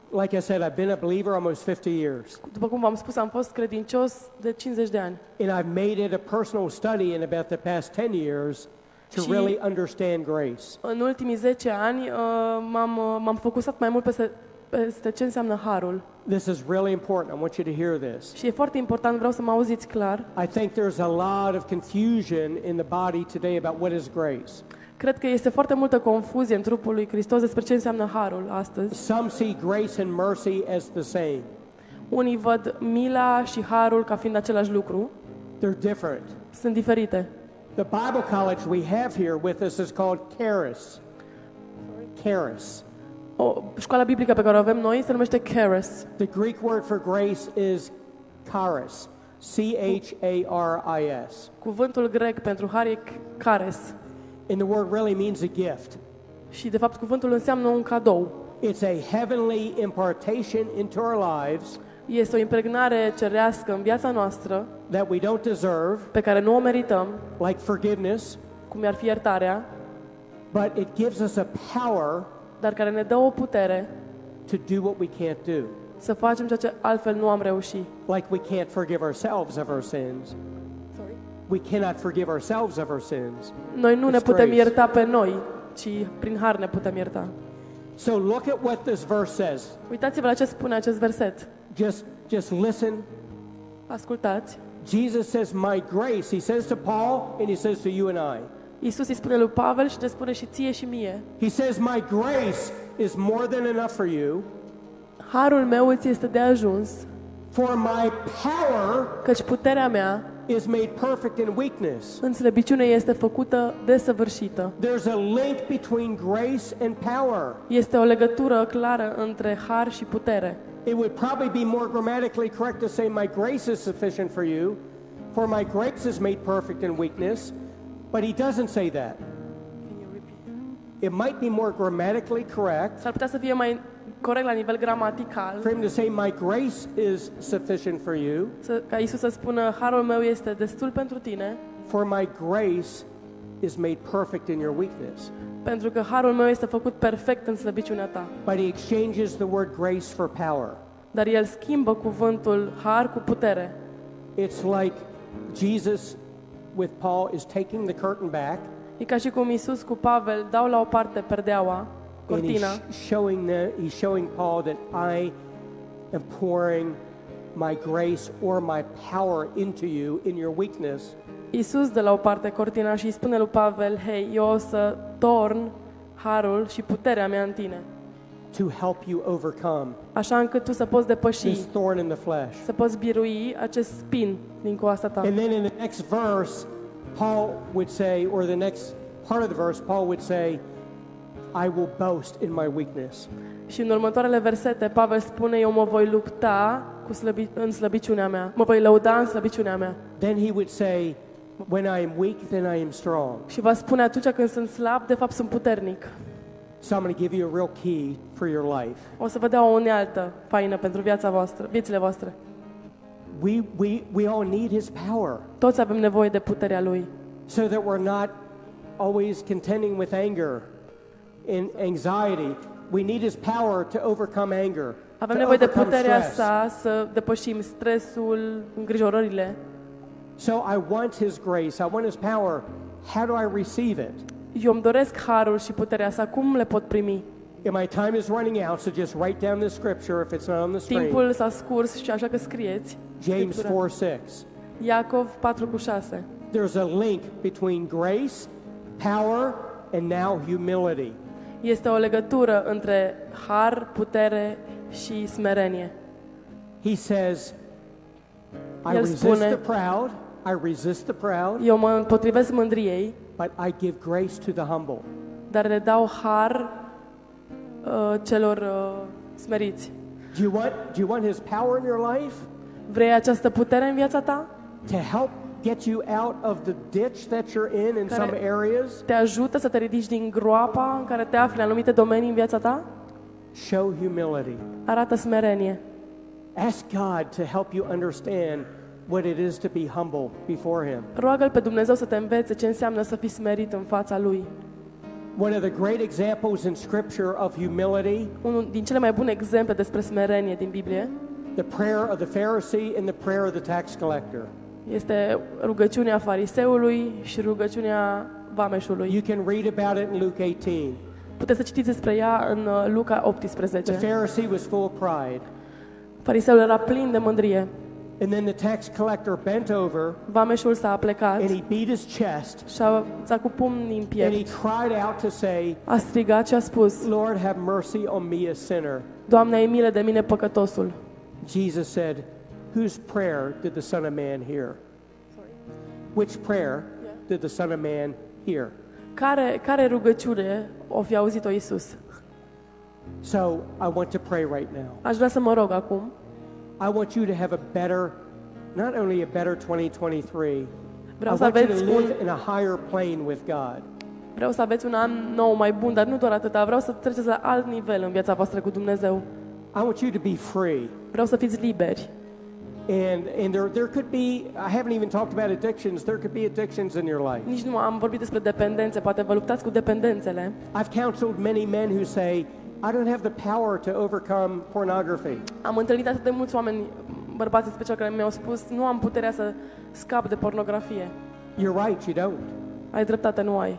Speaker 1: like I said, I've been a believer almost 50 years,
Speaker 2: După cum v-am spus, am fost credincios de 50 de ani
Speaker 1: and I've made it a personal study in about the past 10 years to
Speaker 2: She-
Speaker 1: really understand grace.
Speaker 2: în ultimii 10 ani uh, m-am, uh, m-am focusat mai mult peste, peste ce înseamnă harul.
Speaker 1: This is really important. I want you to hear this.
Speaker 2: Și e foarte important, vreau să mă auziți clar.
Speaker 1: I think there's a lot of confusion in the body today about what is grace.
Speaker 2: Cred că este foarte multă confuzie în trupul lui Hristos despre ce înseamnă harul astăzi.
Speaker 1: Some see grace and mercy as the same,
Speaker 2: Unii văd mila și harul ca fiind același lucru.
Speaker 1: they're different.
Speaker 2: Sunt diferite.
Speaker 1: The Bible college we have here with us is called Charis. Charis.
Speaker 2: O, școala biblică pe care o avem noi se numește Keres.
Speaker 1: The Greek word for grace is charis, C H A R I S.
Speaker 2: Cuvântul grec pentru har e Kares.
Speaker 1: And the word really means a gift.
Speaker 2: Și, de fapt, cuvântul înseamnă un cadou.
Speaker 1: It's a heavenly impartation into our lives
Speaker 2: Este o impregnare cerească în viața noastră,
Speaker 1: that we don't deserve,
Speaker 2: pe care nu o merităm,
Speaker 1: like forgiveness,
Speaker 2: cum ar fi iertarea,
Speaker 1: but it gives us a power
Speaker 2: dar care ne dă o putere
Speaker 1: to do what we can't do.
Speaker 2: să facem ceea ce altfel nu am reușit.
Speaker 1: Like we can't forgive ourselves of our sins.
Speaker 2: Sorry.
Speaker 1: we cannot forgive ourselves of our sins.
Speaker 2: Noi nu ne
Speaker 1: It's
Speaker 2: putem
Speaker 1: grace.
Speaker 2: ierta pe noi, ci prin har ne putem ierta.
Speaker 1: So look at what this verse says.
Speaker 2: Uitați-vă la ce spune acest verset.
Speaker 1: Just just listen.
Speaker 2: Ascultați.
Speaker 1: Jesus says, "My grace," he says to Paul and he says to you and I.
Speaker 2: Iisus îi spune lui Pavel și ne spune și ție și mie.
Speaker 1: He says, "My grace is more than enough for you,
Speaker 2: Harul meu îți este de ajuns,
Speaker 1: for my power
Speaker 2: căci puterea mea
Speaker 1: is made perfect in weakness."
Speaker 2: în slăbiciune este făcută desăvârșită.
Speaker 1: There's a link between grace and power.
Speaker 2: Este o legătură clară între har și putere.
Speaker 1: It would probably be more grammatically correct to say, My grace is sufficient for you, for my grace is made perfect in weakness. But he doesn't say that. It might be more grammatically correct
Speaker 2: S-ar putea să fie mai corect la nivel
Speaker 1: for
Speaker 2: gramatical,
Speaker 1: him to say, My grace is sufficient for you,
Speaker 2: să, ca Iisus să spună, harul meu este destul pentru tine,
Speaker 1: for my grace is made perfect in your weakness.
Speaker 2: pentru că harul meu este făcut perfect în slăbiciunea ta.
Speaker 1: But he exchanges the word grace for power.
Speaker 2: Dar el schimbă cuvântul har cu putere.
Speaker 1: It's like Jesus with Paul is taking the curtain back
Speaker 2: E ca și cum Iisus cu Pavel dau la o parte perdeaua,
Speaker 1: And he's
Speaker 2: cortina,
Speaker 1: showing the, he's showing Paul that I am pouring my grace or my power into you in your weakness.
Speaker 2: Iisus de la o parte cortina și îi spune lui Pavel, hei, eu o să torn harul și puterea mea în tine,
Speaker 1: To help you overcome
Speaker 2: așa încât tu să poți depăși,
Speaker 1: this thorn in the flesh.
Speaker 2: să poți birui acest spin din coasta ta.
Speaker 1: And then in the next verse, Paul would say, or the next part of the verse, Paul would say, I will boast in my weakness.
Speaker 2: Și în următoarele versete, Pavel spune, eu mă voi lupta cu slăbi- în slăbiciunea mea, mă voi lăuda în slăbiciunea mea.
Speaker 1: Then he would say, When I am weak, then I am strong.
Speaker 2: Și va spune, atunci când sunt slab, de fapt sunt puternic.
Speaker 1: So I'm going to give you a real key for your life.
Speaker 2: O să vă dea o unealtă faină pentru viața voastră, viețile voastre.
Speaker 1: We, we, we all need his power.
Speaker 2: Toți avem nevoie de puterea Lui,
Speaker 1: so that we're not always contending with anger and anxiety. We need His power to overcome anger.
Speaker 2: Avem
Speaker 1: to
Speaker 2: nevoie de
Speaker 1: overcome
Speaker 2: puterea
Speaker 1: stress.
Speaker 2: sa să depășim stresul, îngrijorările.
Speaker 1: So I want His grace. I want His power. How do I receive it?
Speaker 2: Eu îmi doresc harul și puterea sa. Cum le pot primi?
Speaker 1: And my time is running out, so just write down the scripture if it's not on the screen.
Speaker 2: Timpul s-a scurs și așa că scrieți.
Speaker 1: James
Speaker 2: Scriptura.
Speaker 1: 4 6.
Speaker 2: Iacov 4 cu 6.
Speaker 1: There's a link between grace, power, and now humility.
Speaker 2: Este o legătură între har, putere și smerenie.
Speaker 1: He says, I
Speaker 2: El
Speaker 1: resist
Speaker 2: spune-
Speaker 1: the proud, I resist the proud,
Speaker 2: Eu mă împotrivesc mândriei,
Speaker 1: but I give grace to the humble.
Speaker 2: dar le dau har uh, celor uh, smeriți.
Speaker 1: Do you want do you want his power in your life
Speaker 2: Vrei această putere în viața ta?
Speaker 1: to help get you out of the ditch that you're in in some
Speaker 2: Care-
Speaker 1: areas?
Speaker 2: Te ajută să te ridici din groapa în care te afli în anumite domenii în viața ta?
Speaker 1: Show humility.
Speaker 2: Arată smerenie.
Speaker 1: Ask God to help you understand what it is to be humble before him.
Speaker 2: Roagă-L pe Dumnezeu să te învețe ce înseamnă să fii smerit în fața Lui.
Speaker 1: One of the great examples in scripture of humility,
Speaker 2: Unul din cele mai bune exemple despre smerenie din Biblie
Speaker 1: the prayer of the Pharisee and the prayer of the tax collector.
Speaker 2: este rugăciunea fariseului și rugăciunea vameșului.
Speaker 1: You can read about it in Luke 18.
Speaker 2: Puteți să citiți despre ea în uh, Luca
Speaker 1: The
Speaker 2: 18.
Speaker 1: Pharisee was full of pride,
Speaker 2: Fariseul era plin de mândrie.
Speaker 1: and then the tax collector bent over
Speaker 2: Vameșul s-a aplecat
Speaker 1: and he beat his chest
Speaker 2: și a ți-a cu pumnii în
Speaker 1: and he
Speaker 2: piept.
Speaker 1: cried out to say,
Speaker 2: A strigat și a spus,
Speaker 1: Lord, have mercy on me, a sinner.
Speaker 2: Doamne, ai milă de mine păcătosul.
Speaker 1: Jesus said, Whose prayer did the Son of Man hear? Which prayer did the Son of Man hear?
Speaker 2: Care, care rugăciune o fi auzit-o Iisus?
Speaker 1: So I want to pray right now.
Speaker 2: Aș vrea să mă rog acum
Speaker 1: I want you to have a better, not only a better 2023, I
Speaker 2: Vreau să
Speaker 1: want you to
Speaker 2: aveți un
Speaker 1: live in a higher plane with God.
Speaker 2: Vreau să aveți un an nou mai bun, dar nu doar atâta. Vreau să treceți la alt nivel în viața voastră cu Dumnezeu.
Speaker 1: I want you to be free.
Speaker 2: Vreau să fiți liberi.
Speaker 1: And, and there, there could be, I haven't even talked about addictions, there could be addictions in your life.
Speaker 2: Nici nu am vorbit despre dependențe, poate vă luptați cu dependențele.
Speaker 1: I've counseled many men who say, I don't have the power to overcome pornography.
Speaker 2: Am întâlnit atât de mulți oameni, bărbați în special, care mi-au spus nu am puterea să scap de pornografie.
Speaker 1: You're right, you don't.
Speaker 2: Ai dreptate, nu ai,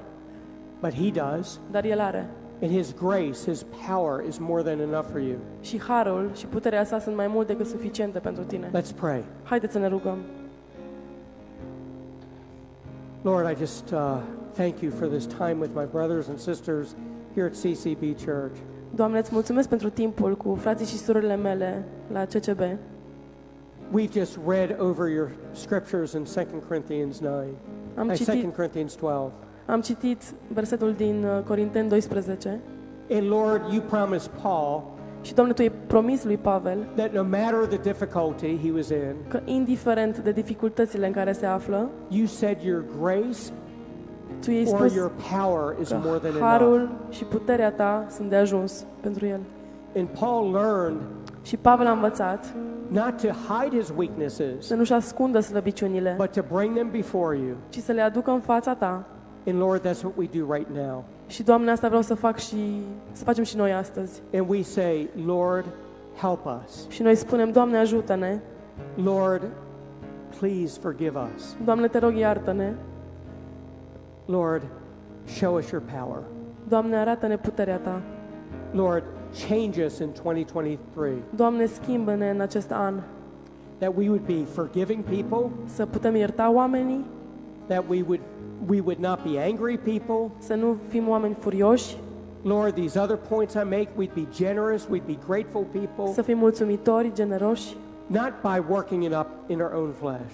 Speaker 1: But He does.
Speaker 2: dar El are.
Speaker 1: And His grace, His power is more than enough for you.
Speaker 2: Și harul și puterea sa sunt mai mult decât suficiente pentru tine.
Speaker 1: Let's pray.
Speaker 2: Haideți să ne rugăm.
Speaker 1: Lord, I just uh, thank you for this time with my brothers and sisters here at CCB Church.
Speaker 2: Doamne, îți mulțumesc pentru timpul cu frații și surorile mele la CCB.
Speaker 1: We've just read over your scriptures in 2 Corinthians 9, uh,
Speaker 2: Am
Speaker 1: 2
Speaker 2: citit,
Speaker 1: Corinthians 12.
Speaker 2: am citit versetul din uh, Corinteni 12
Speaker 1: And Lord, you promised Paul
Speaker 2: și, Doamne, Tu ai promis lui Pavel
Speaker 1: that no matter the difficulty he was in,
Speaker 2: că, indiferent de dificultățile în care se află,
Speaker 1: you said your grace
Speaker 2: Tu i-ai
Speaker 1: or
Speaker 2: spus
Speaker 1: your power is more
Speaker 2: că
Speaker 1: than enough.
Speaker 2: harul și puterea Ta sunt de ajuns pentru el.
Speaker 1: And Paul learned
Speaker 2: Și Pavel a învățat
Speaker 1: not to hide his weaknesses,
Speaker 2: să nu-și ascundă slăbiciunile,
Speaker 1: but to bring them before you.
Speaker 2: ci să le aducă în fața Ta.
Speaker 1: And Lord, that's what we do right now.
Speaker 2: Și, Doamne, asta vreau să fac și să facem și noi astăzi.
Speaker 1: And we say, Lord, help us.
Speaker 2: Și noi spunem, Doamne, ajută-ne,
Speaker 1: Lord, please forgive us.
Speaker 2: Doamne, te rog, iartă-ne,
Speaker 1: Lord, show us your power.
Speaker 2: Doamne, arată-ne puterea Ta.
Speaker 1: Lord, change us in 2023
Speaker 2: Doamne, schimbă-ne în acest an
Speaker 1: that we would be forgiving people,
Speaker 2: să putem ierta oamenii,
Speaker 1: that we would we would not be angry people.
Speaker 2: să nu fim oameni furioși,
Speaker 1: Lord, these other points I make, we'd be generous, we'd be grateful people,
Speaker 2: să fim mulțumitori, generoși,
Speaker 1: not by working it up in our own flesh,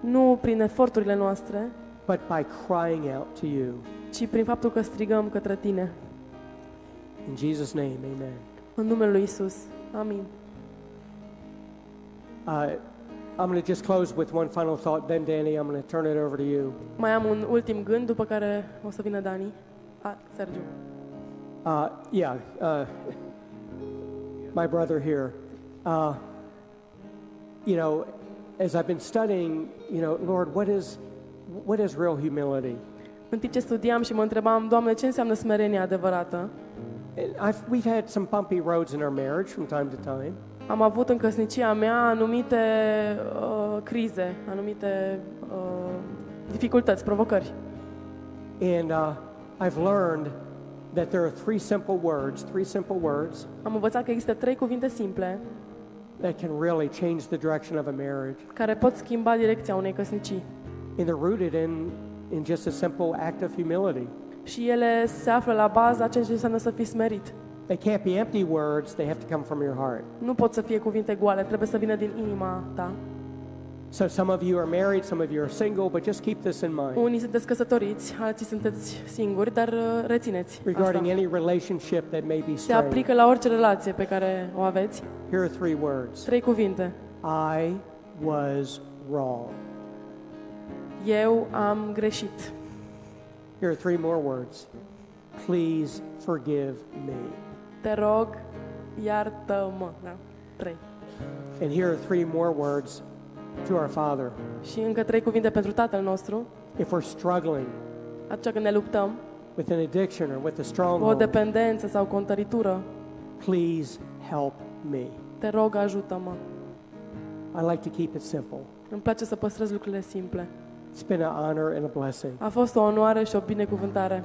Speaker 2: nu prin eforturile noastre,
Speaker 1: but by crying out to you.
Speaker 2: ci prin faptul că strigăm către Tine.
Speaker 1: In Jesus' name, amen.
Speaker 2: În numele Lui Isus. Amin.
Speaker 1: Uh, I'm going to just close with one final thought, then, Danny, I'm going to turn it over to you.
Speaker 2: Mai am un ultim gând, după care o să vină Dani. A, Sergiu.
Speaker 1: Uh, yeah, uh, my brother here. Uh, you know, as I've been studying, you know, Lord, what is what is real humility?
Speaker 2: În timp ce studiam și mă întrebam, Doamne, ce înseamnă smerenia adevărată?
Speaker 1: And I've, we've had some bumpy roads in our marriage from time to time,
Speaker 2: Am avut în căsnicia mea anumite uh, crize, anumite uh, dificultăți, provocări.
Speaker 1: and uh, I've learned that there are three simple words, three simple words
Speaker 2: Am învățat că există trei cuvinte simple
Speaker 1: that can really change the direction of a marriage,
Speaker 2: care pot schimba direcția unei căsnicii.
Speaker 1: and they're rooted in in just a simple act of humility.
Speaker 2: Și ele se află la baza a ceea ce înseamnă să fii smerit.
Speaker 1: They can't be empty words; they have to come from your heart.
Speaker 2: Nu pot să fie cuvinte goale, trebuie să vină din inima ta.
Speaker 1: So some of you are married, some of you are single, but just keep this in mind.
Speaker 2: Unii sunteți căsătoriți, alții sunteți singuri, dar uh, rețineți asta.
Speaker 1: Regarding any relationship that may be
Speaker 2: Se
Speaker 1: strained,
Speaker 2: aplică la orice relație pe care o aveți.
Speaker 1: here are three words.
Speaker 2: Trei cuvinte.
Speaker 1: I was wrong.
Speaker 2: Eu am greșit.
Speaker 1: Here are three more words. Please forgive me.
Speaker 2: Te rog, iartă-mă. Da? Trei.
Speaker 1: And here are three more words to our Father.
Speaker 2: Și încă trei cuvinte pentru tatăl nostru,
Speaker 1: If we're struggling
Speaker 2: atunci când ne luptăm
Speaker 1: with an addiction or with a
Speaker 2: cu o
Speaker 1: stronghold,
Speaker 2: dependență sau cu o întăritură,
Speaker 1: please help me.
Speaker 2: te rog, ajută-mă.
Speaker 1: I like to keep it simple.
Speaker 2: Îmi place să păstrez lucrurile simple.
Speaker 1: It's been an honor and a blessing.
Speaker 2: A fost o onoare și o binecuvântare.